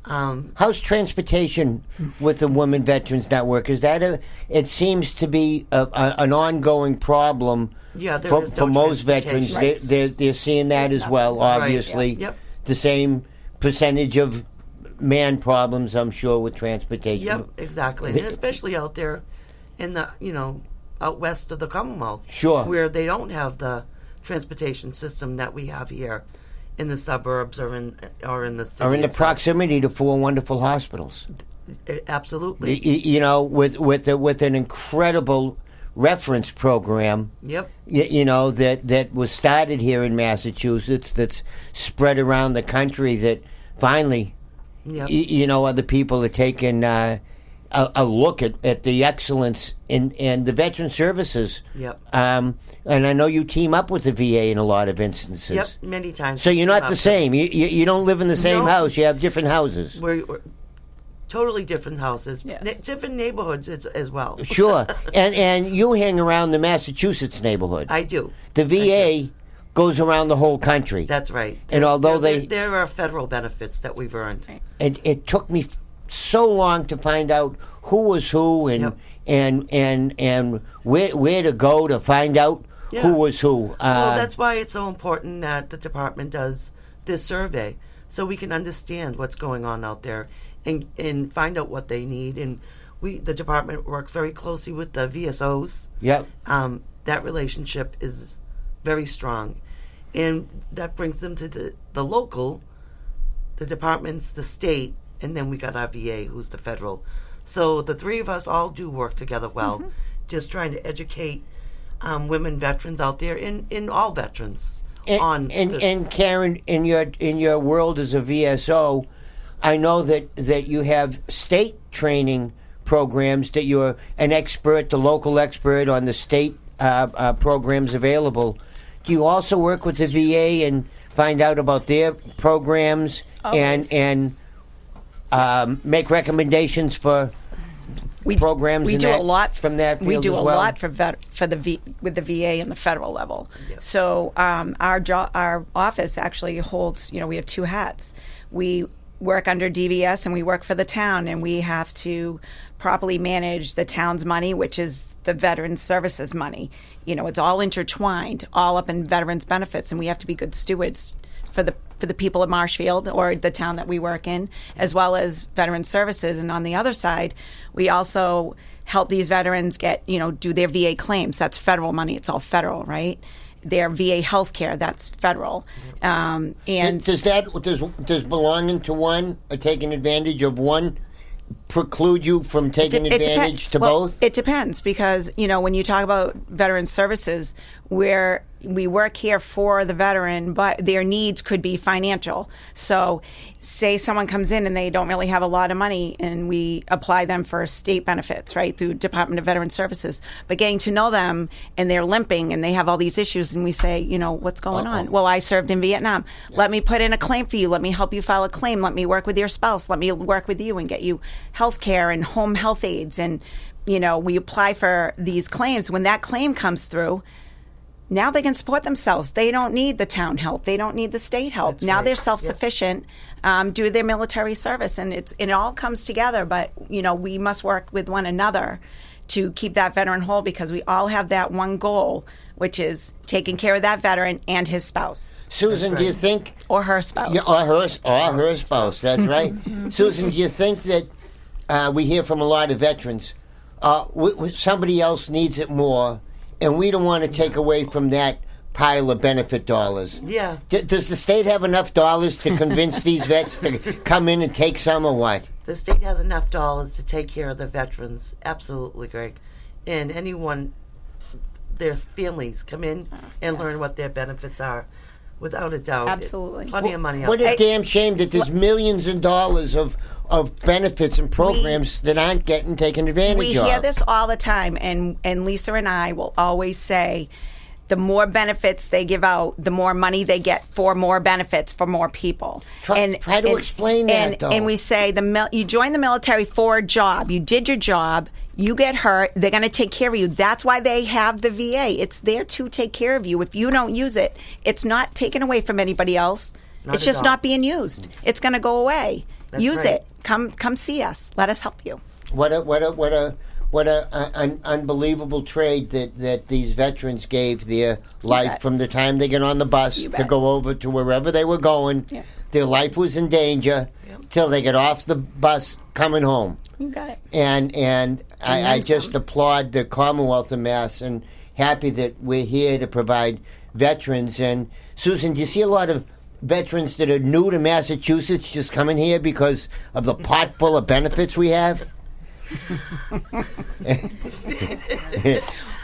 Speaker 4: Um,
Speaker 1: How's transportation with the women veterans network? Is that a? It seems to be a, a, an ongoing problem.
Speaker 4: Yeah, there
Speaker 1: for,
Speaker 4: is no
Speaker 1: for most veterans,
Speaker 4: transportation.
Speaker 1: they, they're they're seeing that as well.
Speaker 4: Right, yeah.
Speaker 1: Obviously,
Speaker 4: Yep.
Speaker 1: the same percentage of man problems, I'm sure, with transportation.
Speaker 4: Yep, exactly, and especially out there in the you know out west of the Commonwealth,
Speaker 1: Sure.
Speaker 4: where they don't have the transportation system that we have here in the suburbs or in or in the city
Speaker 1: Are in the
Speaker 4: itself.
Speaker 1: proximity to four wonderful hospitals.
Speaker 4: Eh,
Speaker 1: y-
Speaker 4: Absolutely,
Speaker 1: y- you know, with with a, with an incredible reference program.
Speaker 4: yep,
Speaker 1: y- You know that that was started here in Massachusetts. That's spread around the country. That finally,
Speaker 4: yep,
Speaker 1: y- you know, other people are taking uh, a, a look at, at the excellence in and the veteran services.
Speaker 4: yep,
Speaker 1: Um, and I know you team up with the VA in a lot of instances.
Speaker 4: yep. Many times.
Speaker 1: So you're not
Speaker 4: Um,
Speaker 1: the same. You, you you don't live in the same
Speaker 4: No.
Speaker 1: house. You have different
Speaker 4: <laughs>
Speaker 1: houses.
Speaker 4: We're, we're totally different houses,
Speaker 5: Yes.
Speaker 4: ne- different neighborhoods as, as well.
Speaker 1: Sure. and and you hang around the Massachusetts neighborhood.
Speaker 4: I do.
Speaker 1: The VA goes around the whole country.
Speaker 4: That's right.
Speaker 1: And although
Speaker 4: There-
Speaker 1: they-
Speaker 4: there are federal benefits that we've earned.
Speaker 1: It, it took me f- so long to find out who was who and
Speaker 4: Yep.
Speaker 1: and and and where where to go to find out
Speaker 4: Yeah.
Speaker 1: who was who. Uh,
Speaker 4: Well, that's why it's so important that the department does this survey so we can understand what's going on out there and and find out what they need. And we, the department, works very closely with the VSOs.
Speaker 1: yep.
Speaker 4: Um, that relationship is very strong, and that brings them to the, the local, the departments, the state, and then we got our VA, who's the federal. So the three of us all do work together well,
Speaker 1: Mm-hmm.
Speaker 4: just trying to educate um, women veterans out there, in in all veterans,
Speaker 1: And,
Speaker 4: on
Speaker 1: and,
Speaker 4: this.
Speaker 1: and Karen, in your in your world as a VSO, I know that that you have state training programs that you're an expert, the local expert on the state uh, uh, programs available. Do you also work with the VA and find out about their programs
Speaker 6: Always.
Speaker 1: and and um, make recommendations for
Speaker 5: We
Speaker 1: programs
Speaker 5: We
Speaker 1: in
Speaker 5: do
Speaker 1: that-
Speaker 5: a lot
Speaker 1: from that
Speaker 5: We
Speaker 1: field
Speaker 5: do
Speaker 1: as
Speaker 5: a
Speaker 1: well?
Speaker 5: lot for vet, for the v, with the VA and the federal level. So um, our job, our office actually holds. You know, we have two hats. We work under DBS and we work for the town, and we have to properly manage the town's money, which is the veteran services money. You know, it's all intertwined, all up in veterans benefits, and we have to be good stewards for the for the people of Marshfield or the town that we work in, as well as veteran services. And on the other side, we also help these veterans get you know do their VA claims. That's federal money. It's all federal, right? Their VA health care. That's federal. Um, and
Speaker 1: does that does does belonging to one or taking advantage of one preclude you from taking
Speaker 5: de- depen-
Speaker 1: advantage to
Speaker 5: well,
Speaker 1: both?
Speaker 5: It depends because you know when you talk about veteran services, where we work here for the veteran, but their needs could be financial. So, say someone comes in and they don't really have a lot of money, and we apply them for state benefits, right, through Department of Veteran Services. But getting to know them and they're limping and they have all these issues, and we say, you know, what's going on? Well, I served in Vietnam. Let me put in a claim for you. Let me help you file a claim. Let me work with your spouse. Let me work with you and get you health care and home health aides. And, you know, we apply for these claims. When that claim comes through, now they can support themselves. They don't need the town help. They don't need the state help. now they're self sufficient um, due to their military service, and it's it all comes together. But you know we must work with one another to keep that veteran whole because we all have that one goal, which is taking care of that veteran and his spouse
Speaker 1: Susan, do you think
Speaker 5: or her spouse.
Speaker 1: Yeah, or her, or her
Speaker 5: <laughs>
Speaker 1: spouse. That's right. Susan, do you think that uh, we hear from a lot of veterans? Uh, we, we, somebody else needs it more, and we don't want to take away from that pile of benefit dollars.
Speaker 4: Yeah.
Speaker 1: D- does the state have enough dollars
Speaker 5: <laughs>
Speaker 1: to convince these vets to come in and take some, or what?
Speaker 4: The state has enough dollars to take care of the veterans. Absolutely, Greg. And anyone, their families come in
Speaker 5: Uh,
Speaker 4: and learn what their benefits are. Without a doubt.
Speaker 5: Absolutely.
Speaker 4: Plenty of money out
Speaker 1: What
Speaker 4: there.
Speaker 1: a damn shame that there's millions of dollars of of benefits and programs that aren't getting taken advantage
Speaker 5: we
Speaker 1: of.
Speaker 5: hear this all the time and and Lisa and I will always say the more benefits they give out, the more money they get for more benefits for more people.
Speaker 1: Try-
Speaker 5: and
Speaker 1: try to
Speaker 5: and-
Speaker 1: explain that,
Speaker 5: and,
Speaker 1: though.
Speaker 5: And we say the mil- you join the military for a job. You did your job. You get hurt. They're going to take care of you. That's why they have the VA. It's there to take care of you. If you don't use it, it's not taken away from anybody else.
Speaker 4: Not
Speaker 5: it's
Speaker 4: at
Speaker 5: just
Speaker 4: all.
Speaker 5: not being used. It's going to go away.
Speaker 4: That's
Speaker 5: use
Speaker 4: right.
Speaker 5: it. Come come see us. Let us help you.
Speaker 1: What a what a what a what a uh, un, unbelievable trade that, that these veterans gave their life
Speaker 5: bet.
Speaker 1: from the time they get on the bus
Speaker 5: You
Speaker 1: to
Speaker 5: bet.
Speaker 1: go over to wherever they were going.
Speaker 5: Yeah.
Speaker 1: Their life was in danger till they get off the bus coming home.
Speaker 5: You got it.
Speaker 1: And and
Speaker 5: And
Speaker 1: I, I
Speaker 5: then
Speaker 1: just
Speaker 5: some.
Speaker 1: applaud the Commonwealth of Mass and happy that we're here to provide veterans. And Susan, do you see a lot of veterans that are new to Massachusetts just coming here because
Speaker 5: <laughs>
Speaker 1: of the pot full of benefits we have?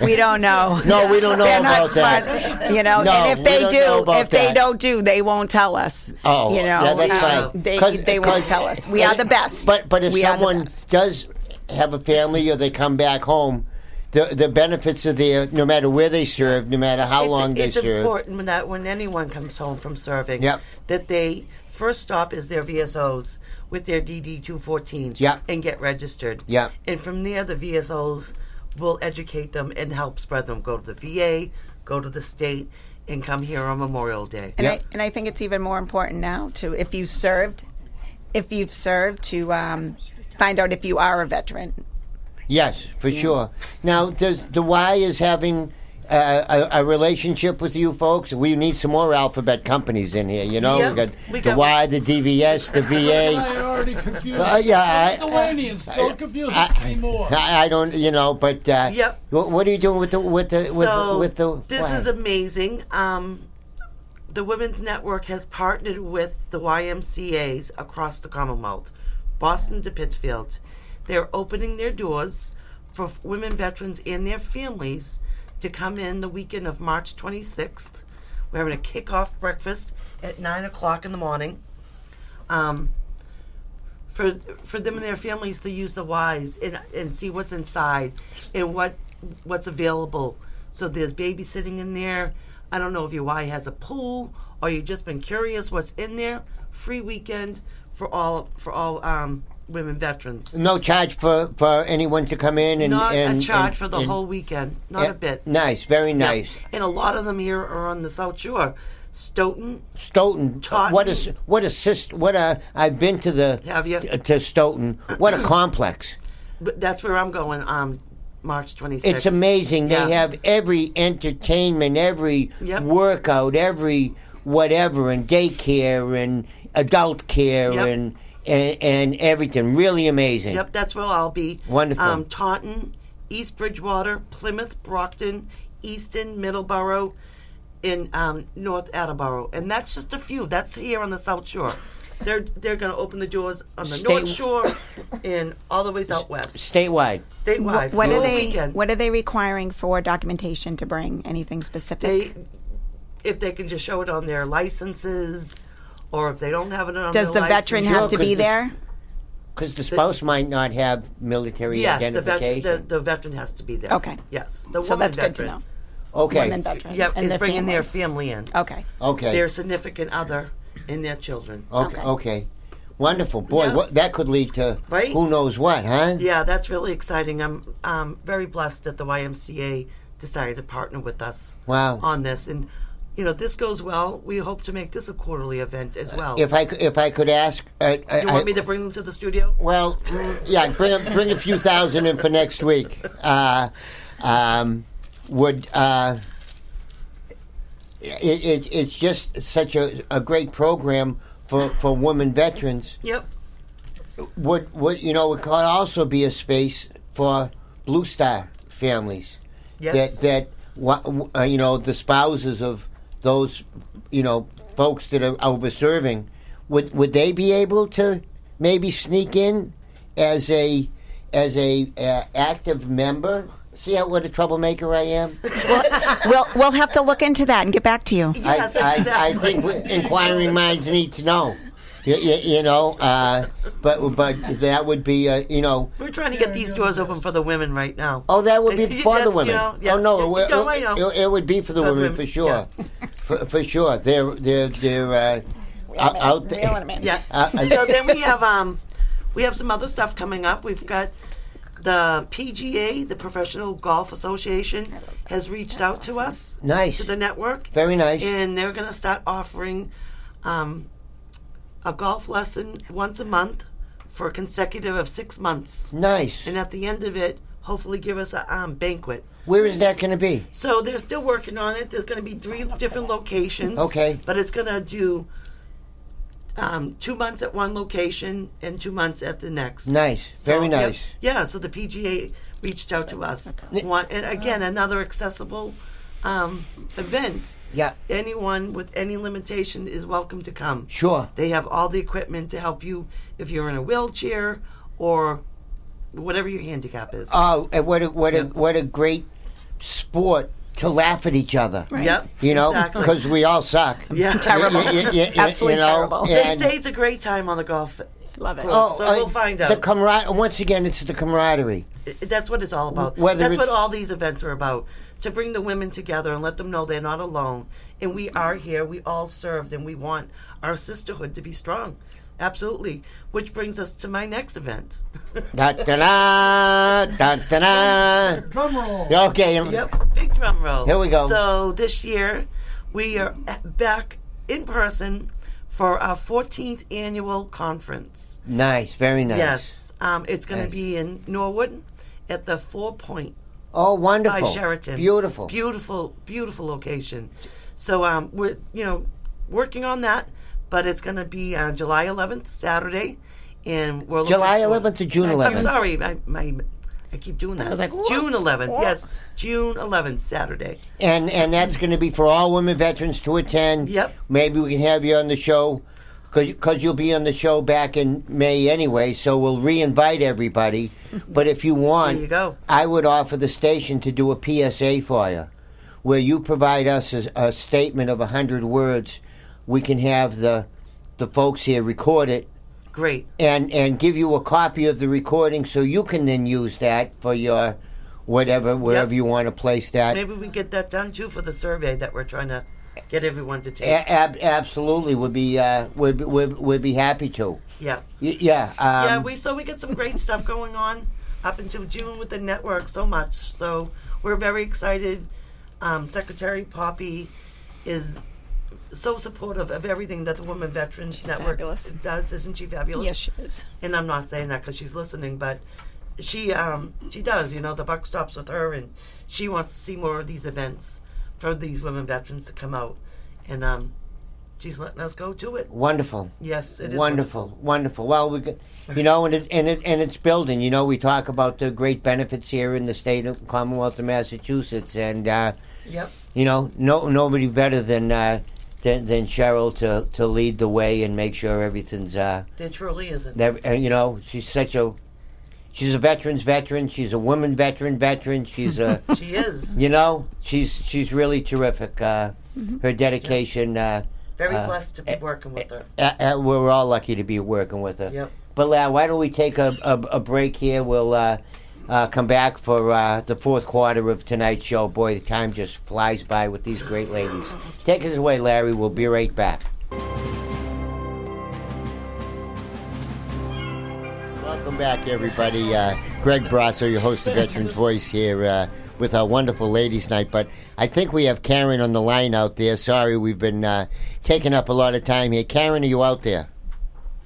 Speaker 5: We don't
Speaker 1: <laughs>
Speaker 5: know.
Speaker 1: No, we don't know
Speaker 5: They're
Speaker 1: about
Speaker 5: not smart,
Speaker 1: that.
Speaker 5: you know.
Speaker 1: No,
Speaker 5: and
Speaker 1: we
Speaker 5: if they
Speaker 1: don't know
Speaker 5: do,
Speaker 1: about
Speaker 5: if they
Speaker 1: that.
Speaker 5: don't do, they won't tell us.
Speaker 1: Oh,
Speaker 5: you know,
Speaker 1: yeah, that's
Speaker 5: uh,
Speaker 1: right.
Speaker 5: They
Speaker 1: 'Cause-
Speaker 5: they
Speaker 1: 'cause-
Speaker 5: won't tell us. We are the best.
Speaker 1: But but if
Speaker 5: we are the
Speaker 1: someone
Speaker 5: best.
Speaker 1: does have a family or they come back home, the the benefits are there no matter where they serve, no matter how
Speaker 4: it's,
Speaker 1: long
Speaker 4: it's
Speaker 1: they serve.
Speaker 4: important that when anyone comes home from serving,
Speaker 1: Yep.
Speaker 4: that they first stop is their VSOs with their DD two fourteen,
Speaker 1: Yep.
Speaker 4: and get registered,
Speaker 1: Yep.
Speaker 4: and from there the VSOs will educate them and help spread them. Go to the VA, go to the state, and come here on Memorial Day.
Speaker 5: and,
Speaker 1: Yep.
Speaker 5: I, and I think it's even more important now to if you served, if you've served to um, find out if you are a veteran.
Speaker 1: Yes, for sure. Now, does the Y is having uh, a, a relationship with you folks? We need some more alphabet companies in here. You know,
Speaker 4: Yeah,
Speaker 1: we got
Speaker 4: we
Speaker 1: the
Speaker 4: got-
Speaker 1: Y, the DVS, the
Speaker 5: <laughs>
Speaker 1: VA.
Speaker 2: I already confused.
Speaker 1: Uh, yeah, I-
Speaker 2: Lithuanians don't confuse us
Speaker 1: I-
Speaker 2: anymore.
Speaker 1: I, I don't, you know, but uh,
Speaker 4: Yep.
Speaker 1: wh- what, are you doing with the with the with,
Speaker 4: so
Speaker 1: the with the?
Speaker 4: this
Speaker 1: Y?
Speaker 4: is amazing. Um, the Women's Network has partnered with the YMCA's across the Commonwealth, Boston to Pittsfield. They're opening their doors for f- women veterans and their families to come in the weekend of March 26th. We're having a kickoff breakfast at 9 o'clock in the morning. Um, for for them and their families to use the Y's and and see what's inside and what what's available. So there's babysitting in there. I don't know if your Y has a pool or you've just been curious what's in there. Free weekend for all for all um, women veterans.
Speaker 1: no charge for for anyone to come in and
Speaker 4: Not
Speaker 1: and,
Speaker 4: a charge
Speaker 1: and-
Speaker 4: for the
Speaker 1: and-
Speaker 4: whole weekend. Not
Speaker 1: Yeah,
Speaker 4: a bit.
Speaker 1: Nice, very
Speaker 4: No.
Speaker 1: nice.
Speaker 4: And a lot of them here are on the South Shore, Stoughton.
Speaker 1: Stoughton,
Speaker 4: Taunton.
Speaker 1: what is what a sist, what a I've been to the
Speaker 4: Have you?
Speaker 1: t- to Stoughton. What
Speaker 4: <clears throat>
Speaker 1: a complex.
Speaker 4: But that's where I'm going. Um, March 26th.
Speaker 1: It's amazing.
Speaker 4: Yeah.
Speaker 1: They have every entertainment, every
Speaker 4: Yep.
Speaker 1: workout, every whatever and daycare and adult care
Speaker 4: Yep.
Speaker 1: and, and and everything. Really amazing.
Speaker 4: Yep, that's where I'll be.
Speaker 1: Wonderful.
Speaker 4: Um, Taunton, East Bridgewater, Plymouth, Brockton, Easton, Middleborough, and um, North Attleboro, and that's just a few. That's here on the South Shore. They're they're going to open the doors on the
Speaker 1: State-
Speaker 4: North Shore and all the ways out west,
Speaker 1: Statewide.
Speaker 4: statewide.
Speaker 5: What are
Speaker 4: for the
Speaker 5: they?
Speaker 4: Weekend,
Speaker 5: What are they requiring for documentation to bring? Anything specific?
Speaker 4: They- if they can just show it on their licenses, or if they don't have it on
Speaker 5: Does
Speaker 4: their
Speaker 5: the
Speaker 4: license-
Speaker 5: veteran have to
Speaker 1: Sure,
Speaker 5: be
Speaker 1: 'cause this-
Speaker 5: there?
Speaker 1: Because the spouse might not have military
Speaker 4: Yes, the veteran,
Speaker 1: identification.
Speaker 4: the, the veteran has to be there.
Speaker 5: Okay.
Speaker 4: Yes, the
Speaker 5: So
Speaker 4: woman
Speaker 5: that's good to
Speaker 4: veteran.
Speaker 5: know.
Speaker 1: okay.
Speaker 5: Women veterans.
Speaker 4: Yep,
Speaker 5: and
Speaker 4: is
Speaker 5: their
Speaker 4: bringing
Speaker 5: family.
Speaker 4: their family in.
Speaker 5: Okay.
Speaker 1: okay. Oh.
Speaker 4: their significant other and their children.
Speaker 1: okay.
Speaker 5: okay.
Speaker 1: Okay. Wonderful. Boy,
Speaker 4: Yeah.
Speaker 1: what, that could lead to
Speaker 4: Right?
Speaker 1: who knows what, huh?
Speaker 4: Yeah, that's really exciting. I'm um, very blessed that the YMCA decided to partner with us
Speaker 1: Wow.
Speaker 4: on this. And, you know, this goes well. We hope to make this a quarterly event as well.
Speaker 1: Uh, If I, c- if I could ask. Uh, I,
Speaker 4: you want
Speaker 1: I-
Speaker 4: me to bring them to the studio?
Speaker 1: Well, yeah, bring a, bring a few thousand in for next week. Uh, um, would uh, it, it, it's just such a, a great program for, for women veterans.
Speaker 4: Yep.
Speaker 1: Would would you know? It could also be a space for Blue Star families
Speaker 4: Yes.
Speaker 1: that that wha- uh, you know the spouses of those you know folks that are over serving would would they be able to maybe sneak in as a as a uh, active member? See how what a troublemaker I am.
Speaker 5: We'll we'll have to look into that and get back to you.
Speaker 4: <laughs> yes,
Speaker 1: I, I, I
Speaker 4: exactly.
Speaker 1: think we- inquiring minds need to know. You, you, you know, uh, but but that would be uh, you know.
Speaker 4: We're trying to get these doors open for the women right now.
Speaker 1: Oh, that would be
Speaker 4: <laughs> Yeah,
Speaker 1: for the
Speaker 4: that's-
Speaker 1: women.
Speaker 4: you know, yeah.
Speaker 1: Oh no,
Speaker 4: Yeah,
Speaker 1: it,
Speaker 4: no,
Speaker 1: it-
Speaker 4: I know.
Speaker 1: it- it would be for the
Speaker 4: For the
Speaker 1: women
Speaker 4: women,
Speaker 1: for sure, <laughs> for, for sure. They're they're they're uh, out, out
Speaker 5: Reel
Speaker 1: there.
Speaker 5: them in.
Speaker 4: Yeah.
Speaker 1: Uh, uh,
Speaker 4: so then we have um, we have some other stuff coming up. We've got the PGA, the Professional Golf Association, has reached out to us
Speaker 1: Nice.
Speaker 4: to the network,
Speaker 1: Very nice.
Speaker 4: and they're going to start offering um, a golf lesson once a month for a consecutive of six months,
Speaker 1: nice.
Speaker 4: and at the end of it, hopefully give us a um, banquet.
Speaker 1: Where is that going to be?
Speaker 4: So they're still working on it. There's going to be three different locations.
Speaker 1: Okay.
Speaker 4: But it's going to do um, two months at one location and two months at the next.
Speaker 1: Nice.
Speaker 4: So,
Speaker 1: Very
Speaker 4: yep.
Speaker 1: nice.
Speaker 4: Yeah. So the PGA reached out to us. One, and again, another accessible um, event.
Speaker 1: Yeah.
Speaker 4: Anyone with any limitation is welcome to come.
Speaker 1: Sure.
Speaker 4: They have all the equipment to help you if you're in a wheelchair or whatever your handicap is.
Speaker 1: Oh, and what a what a what a great sport to laugh at each other.
Speaker 4: Yep.
Speaker 1: You know,
Speaker 4: exactly.
Speaker 1: because we all suck.
Speaker 4: <laughs>
Speaker 5: <laughs>
Speaker 4: Yeah.
Speaker 5: Terrible.
Speaker 1: Y- y- y- y-
Speaker 5: Absolutely
Speaker 1: you know,
Speaker 5: terrible.
Speaker 1: and-
Speaker 4: They say it's a great time on the golf.
Speaker 5: Love it.
Speaker 4: Oh. so
Speaker 1: I-
Speaker 4: we'll find out.
Speaker 1: The camaraderie. Once again, it's the camaraderie.
Speaker 4: I- That's what it's all about.
Speaker 1: Whether
Speaker 4: That's what
Speaker 1: it's-
Speaker 4: all these events are about to bring the women together and let them know they're not alone. And we are here. We all served, and we want our sisterhood to be strong. Absolutely. Which brings us to my next event. <laughs>
Speaker 1: Da da da da da da.
Speaker 2: Drum roll.
Speaker 1: Okay. um,
Speaker 4: Yep, big drum roll.
Speaker 1: Here we go.
Speaker 4: So this year, we are at- back in person for our 14th annual conference.
Speaker 1: Nice. Very nice.
Speaker 4: Yes, um, it's going
Speaker 1: Nice.
Speaker 4: to be in Norwood at the Four Point
Speaker 1: Oh, wonderful.
Speaker 4: by Sheraton.
Speaker 1: Beautiful.
Speaker 4: beautiful, beautiful location. So um, we're you know working on that, but it's going to be on July 11th, Saturday, and we're looking
Speaker 1: July
Speaker 4: for-
Speaker 1: 11th to June 11th.
Speaker 4: I'm sorry, my, my I keep doing that.
Speaker 5: was like, what?
Speaker 4: June 11th,
Speaker 5: What?
Speaker 4: yes, June 11th, Saturday.
Speaker 1: And and that's going to be for all women veterans to attend.
Speaker 4: Yep.
Speaker 1: Maybe we can have you on the show because you'll be on the show back in May anyway, so we'll re-invite
Speaker 4: <laughs>
Speaker 1: everybody. But if you want,
Speaker 4: There you go.
Speaker 1: I would offer the station to do a PSA for you, where you provide us a, a statement of hundred words. We can have the the folks here record it
Speaker 4: Great.
Speaker 1: and and give you a copy of the recording so you can then use that for your whatever wherever
Speaker 4: Yep.
Speaker 1: you want to place that.
Speaker 4: Maybe we can get that done too for the survey that we're trying to get everyone to take.
Speaker 1: A- ab- absolutely, would be uh, would, be- would would be happy to.
Speaker 4: yeah.
Speaker 1: Y- yeah, um,
Speaker 4: yeah, we so we get some great stuff going on up until June with the network. So much, so we're very excited. Um, Secretary Poppy is so supportive of everything that the Women Veterans Network
Speaker 5: fabulous.
Speaker 4: does. Isn't she fabulous?
Speaker 5: Yes, she is.
Speaker 4: and I'm not saying that because she's listening, but she um, she does. You know, the buck stops with her, and she wants to see more of these events for these women veterans to come out and um, she's letting us go to it.
Speaker 1: Wonderful.
Speaker 4: Yes, it is
Speaker 1: wonderful, wonderful, Well, we, could- you know, and it, and it, and it's building. You know, we talk about the great benefits here in the state of Commonwealth of Massachusetts, and uh,
Speaker 4: Yep.
Speaker 1: you know, no nobody better than uh, than, than Cheryl to, to lead the way and make sure everything's. Uh,
Speaker 4: There truly isn't.
Speaker 1: that, and, you know, she's such a, she's a veteran's veteran. She's a woman veteran veteran. She's
Speaker 4: <laughs>
Speaker 1: a.
Speaker 4: She is.
Speaker 1: You know, she's she's really terrific. Uh,
Speaker 4: Mhm.
Speaker 1: Her dedication. Uh,
Speaker 4: Very
Speaker 1: uh,
Speaker 4: blessed to be working with her.
Speaker 1: uh, uh, we're all lucky to be working with her.
Speaker 4: Yep.
Speaker 1: But Lau, why don't we take a, a, a break here? We'll uh, uh, come back for uh, the fourth quarter of tonight's show. Boy, the time just flies by with these great ladies. Take us away, Larry. We'll be right back. Welcome back, everybody. Uh, Greg Brasso, your host of Veterans Voice here uh, with our wonderful ladies' night. But I think we have Karen on the line out there. Sorry, we've been uh, taking up a lot of time here. Karen, are you out there?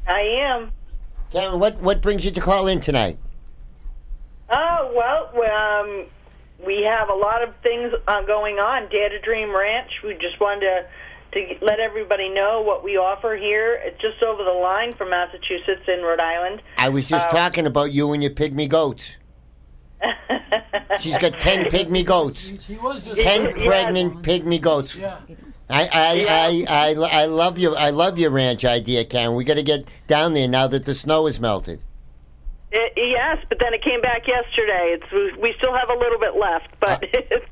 Speaker 9: I am.
Speaker 1: Karen, what, what brings you to call in tonight?
Speaker 9: Oh well, um, we have a lot of things uh, going on. Dare to Dream Ranch. We just wanted to to let everybody know what we offer here. It's just over the line from Massachusetts and Rhode Island.
Speaker 1: I was just
Speaker 9: Uh,
Speaker 1: talking about you and your pygmy goats. She's got ten pygmy goats.
Speaker 2: He was just
Speaker 1: Ten pregnant pygmy goats.
Speaker 2: Yeah.
Speaker 1: I, I, I, I, I love your I love your ranch idea, Karen. We got to get down there now that the snow has melted.
Speaker 9: It, yes, but then it came back yesterday. It's we- we still have a little bit left, but <laughs> it's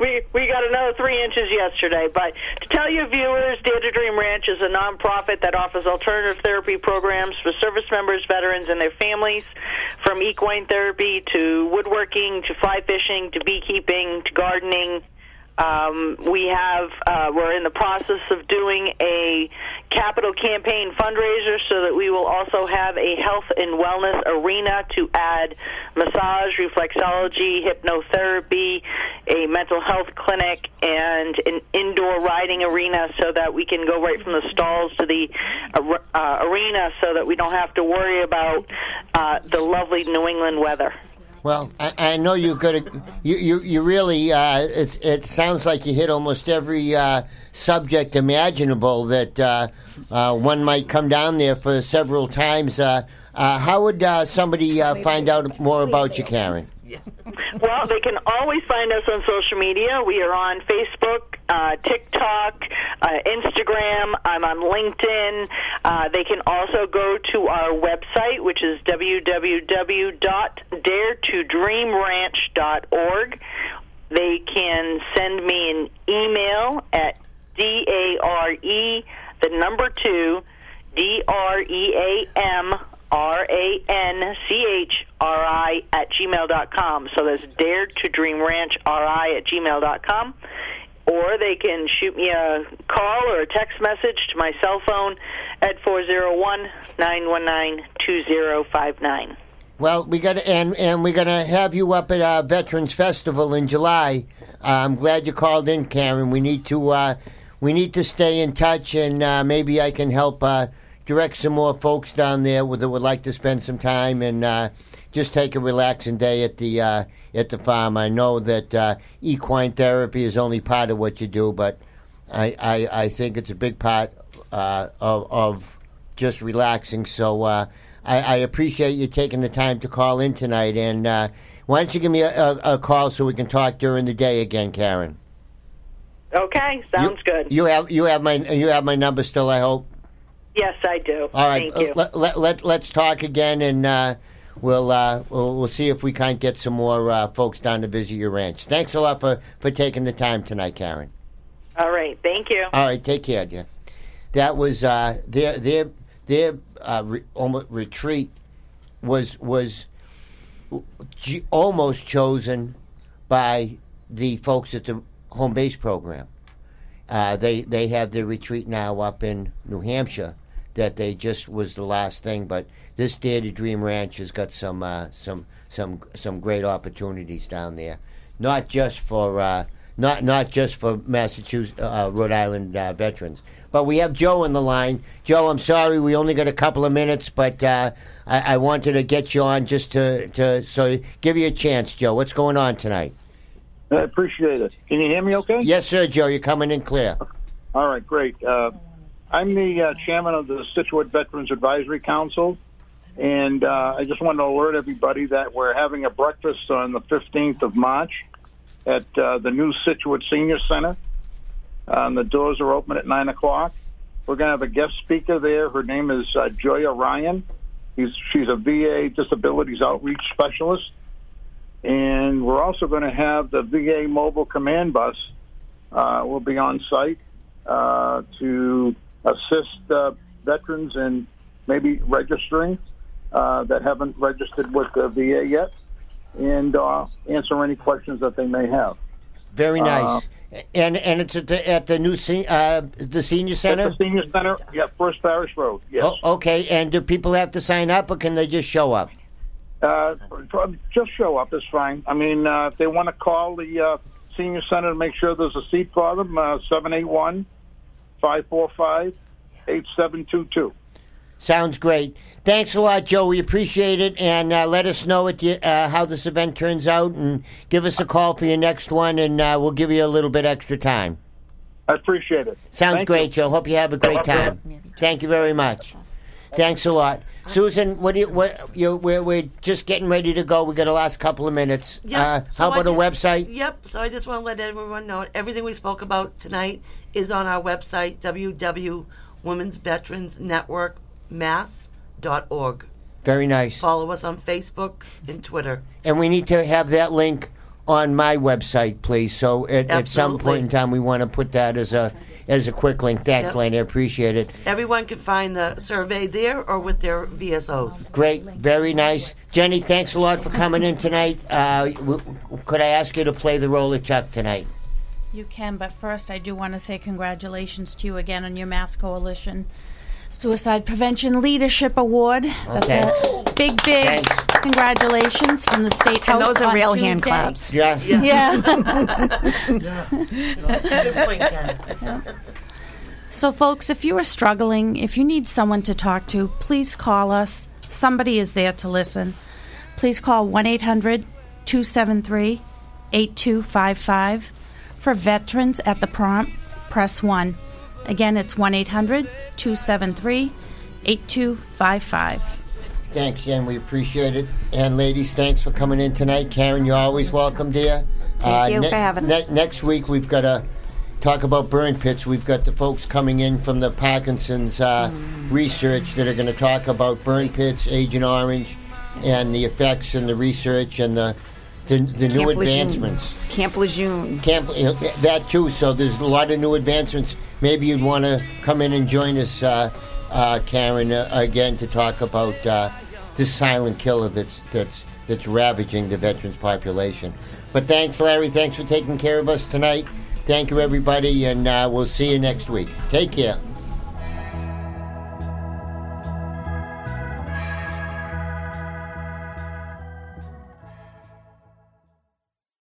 Speaker 9: we we got another three inches yesterday. But to tell your viewers, Dare to Dream Ranch is a nonprofit that offers alternative therapy programs for service members, veterans, and their families, from equine therapy to woodworking to fly fishing to beekeeping to gardening. Um, we have uh, we're in the process of doing a capital campaign fundraiser so that we will also have a health and wellness arena to add massage, reflexology, hypnotherapy, a mental health clinic, and an indoor riding arena so that we can go right from the stalls to the ar- uh, arena so that we don't have to worry about uh, the lovely New England weather.
Speaker 1: Well, I, I know you're gonna you you, you really uh, it it sounds like you hit almost every uh, subject imaginable that uh, uh, one might come down there for several times. Uh, uh, how would uh, somebody uh, find out more about you, Karen?
Speaker 9: Well, they can always find us on social media. We are on Facebook, uh, TikTok, uh, Instagram. I'm on LinkedIn. Uh, they can also go to our website, which is www.daretodreamranch.org. They can send me an email at D A R E, the number two, D R E A M R A N C H R I at gmail dot com. So that's dare to dream ranch RI at gmail dot com. Or they can shoot me a call or a text message to my cell phone at four zero one nine one nine two zero five nine.
Speaker 1: Well, we got to and and we're gonna have you up at uh, Veterans Festival in July. Uh, I'm glad you called in, Karen. We need to uh, we need to stay in touch, and uh, maybe I can help uh, direct some more folks down there with- that would like to spend some time and uh, just take a relaxing day at the uh, at the farm. I know that uh, equine therapy is only part of what you do, but I I, I think it's a big part uh, of of just relaxing. So uh, I, I appreciate you taking the time to call in tonight. And uh, why don't you give me a, a, a call so we can talk during the day again, Karen?
Speaker 9: Okay, sounds good.
Speaker 1: You have you have my you have my number still. I hope.
Speaker 9: Yes, I do.
Speaker 1: All right. uh,
Speaker 9: Thank you.
Speaker 1: Let, let, let, let's talk again, and uh, we'll, uh, we'll we'll see if we can't get some more uh, folks down to visit your ranch. Thanks a lot for, for taking the time tonight, Karen.
Speaker 9: All right, thank you.
Speaker 1: All right, take care, dear. That was uh, their their their uh, re- almost retreat was was g- almost chosen by the folks at the home base program. Uh, they they have their retreat now up in New Hampshire. That they just was the last thing, but this Dare to Dream Ranch has got some uh, some some some great opportunities down there, not just for uh, not not just for Massachusetts uh, Rhode Island uh, veterans. But we have Joe on the line. Joe, I'm sorry we only got a couple of minutes, but uh, I, I wanted to get you on just to to so give you a chance, Joe. What's going on tonight?
Speaker 12: I appreciate it. Can you hear me okay?
Speaker 1: Yes, sir, Joe. You're coming in clear.
Speaker 12: All right, great. Uh, I'm the uh, chairman of the Situate Veterans Advisory Council, and uh, I just want to alert everybody that we're having a breakfast on the 15th of March at uh, the new Situate Senior Center. Um, the doors are open at 9 o'clock. We're going to have a guest speaker there. Her name is uh, Joya Ryan. He's, she's a VA Disabilities Outreach Specialist. And we're also going to have the VA Mobile Command Bus uh, will be on site uh, to assist uh, veterans in maybe registering uh, that haven't registered with the VA yet and uh, answer any questions that they may have.
Speaker 1: Very
Speaker 12: Uh,
Speaker 1: nice. and and it's at the, at the new se- uh, the senior center.
Speaker 12: At the senior center, yeah, First Parish Road. Yes.
Speaker 1: Oh, okay. And do people have to sign up, or can they just show up?
Speaker 12: Uh, just show up is fine. I mean, uh, if they want to call the uh, senior center to make sure there's a seat for them, uh, 781-545-8722.
Speaker 1: Sounds great. Thanks a lot, Joe. We appreciate it, and uh, let us know what you, uh, how this event turns out, and give us a call for your next one, and uh, we'll give you a little bit extra time.
Speaker 12: I appreciate it.
Speaker 1: Sounds
Speaker 12: Thank
Speaker 1: great,
Speaker 12: you.
Speaker 1: Joe. Hope you have a great time. Thank you very much. Thanks a lot, Susan. What do you? What you? We're, we're just getting ready to go. We got the last couple of minutes. uh, how
Speaker 4: so I
Speaker 1: about a
Speaker 4: just-
Speaker 1: website?
Speaker 4: Yep. So I just want to let everyone know everything we spoke about tonight is on our website, www.womensveteransnetworkmass.org.
Speaker 1: Very nice.
Speaker 4: Follow us on Facebook and Twitter.
Speaker 1: And we need to have that link on my website, please. So at, at some point in time, we want to put that as a as a quick link. Thanks,
Speaker 4: Yep.
Speaker 1: Lanny. I appreciate it.
Speaker 4: Everyone can find the survey there or with their VSOs.
Speaker 1: Great, very nice. Jenny, thanks a lot for coming in tonight. Uh, w- could I ask you to play the role of Chuck tonight?
Speaker 6: You can, but first, I do want to say congratulations to you again on your Mass Coalition Suicide Prevention Leadership Award. That's
Speaker 1: Okay.
Speaker 6: a big, big congratulations from the State
Speaker 5: And
Speaker 6: House.
Speaker 5: those are
Speaker 6: on
Speaker 5: real
Speaker 6: Tuesday.
Speaker 5: hand claps.
Speaker 1: Yeah.
Speaker 6: Yeah. So, folks, if you are struggling, if you need someone to talk to, please call us. Somebody is there to listen. Please call 1 800 273 8255. For veterans at the prompt, press 1. Again, it's 1 800 273 8255.
Speaker 1: Thanks, Jen. We appreciate it. And ladies, thanks for coming in tonight. Karen, you're always welcome, dear.
Speaker 5: Thank you for having
Speaker 1: us. Next week, we've got to talk about burn pits. We've got the folks coming in from the Parkinson's uh,
Speaker 5: Mm.
Speaker 1: research that are going to talk about burn pits, Agent Orange, and the effects and the research and the the, the
Speaker 5: Camp
Speaker 1: new
Speaker 5: Lejeune.
Speaker 1: advancements.
Speaker 5: Camp Lejeune.
Speaker 1: Camp that too. So there's a lot of new advancements. Maybe you'd want to come in and join us, uh, uh, Karen, uh, again to talk about uh, this silent killer that's that's that's ravaging the veterans population. But thanks, Larry. Thanks for taking care of us tonight. Thank you, everybody, and uh, we'll see you next week. Take care.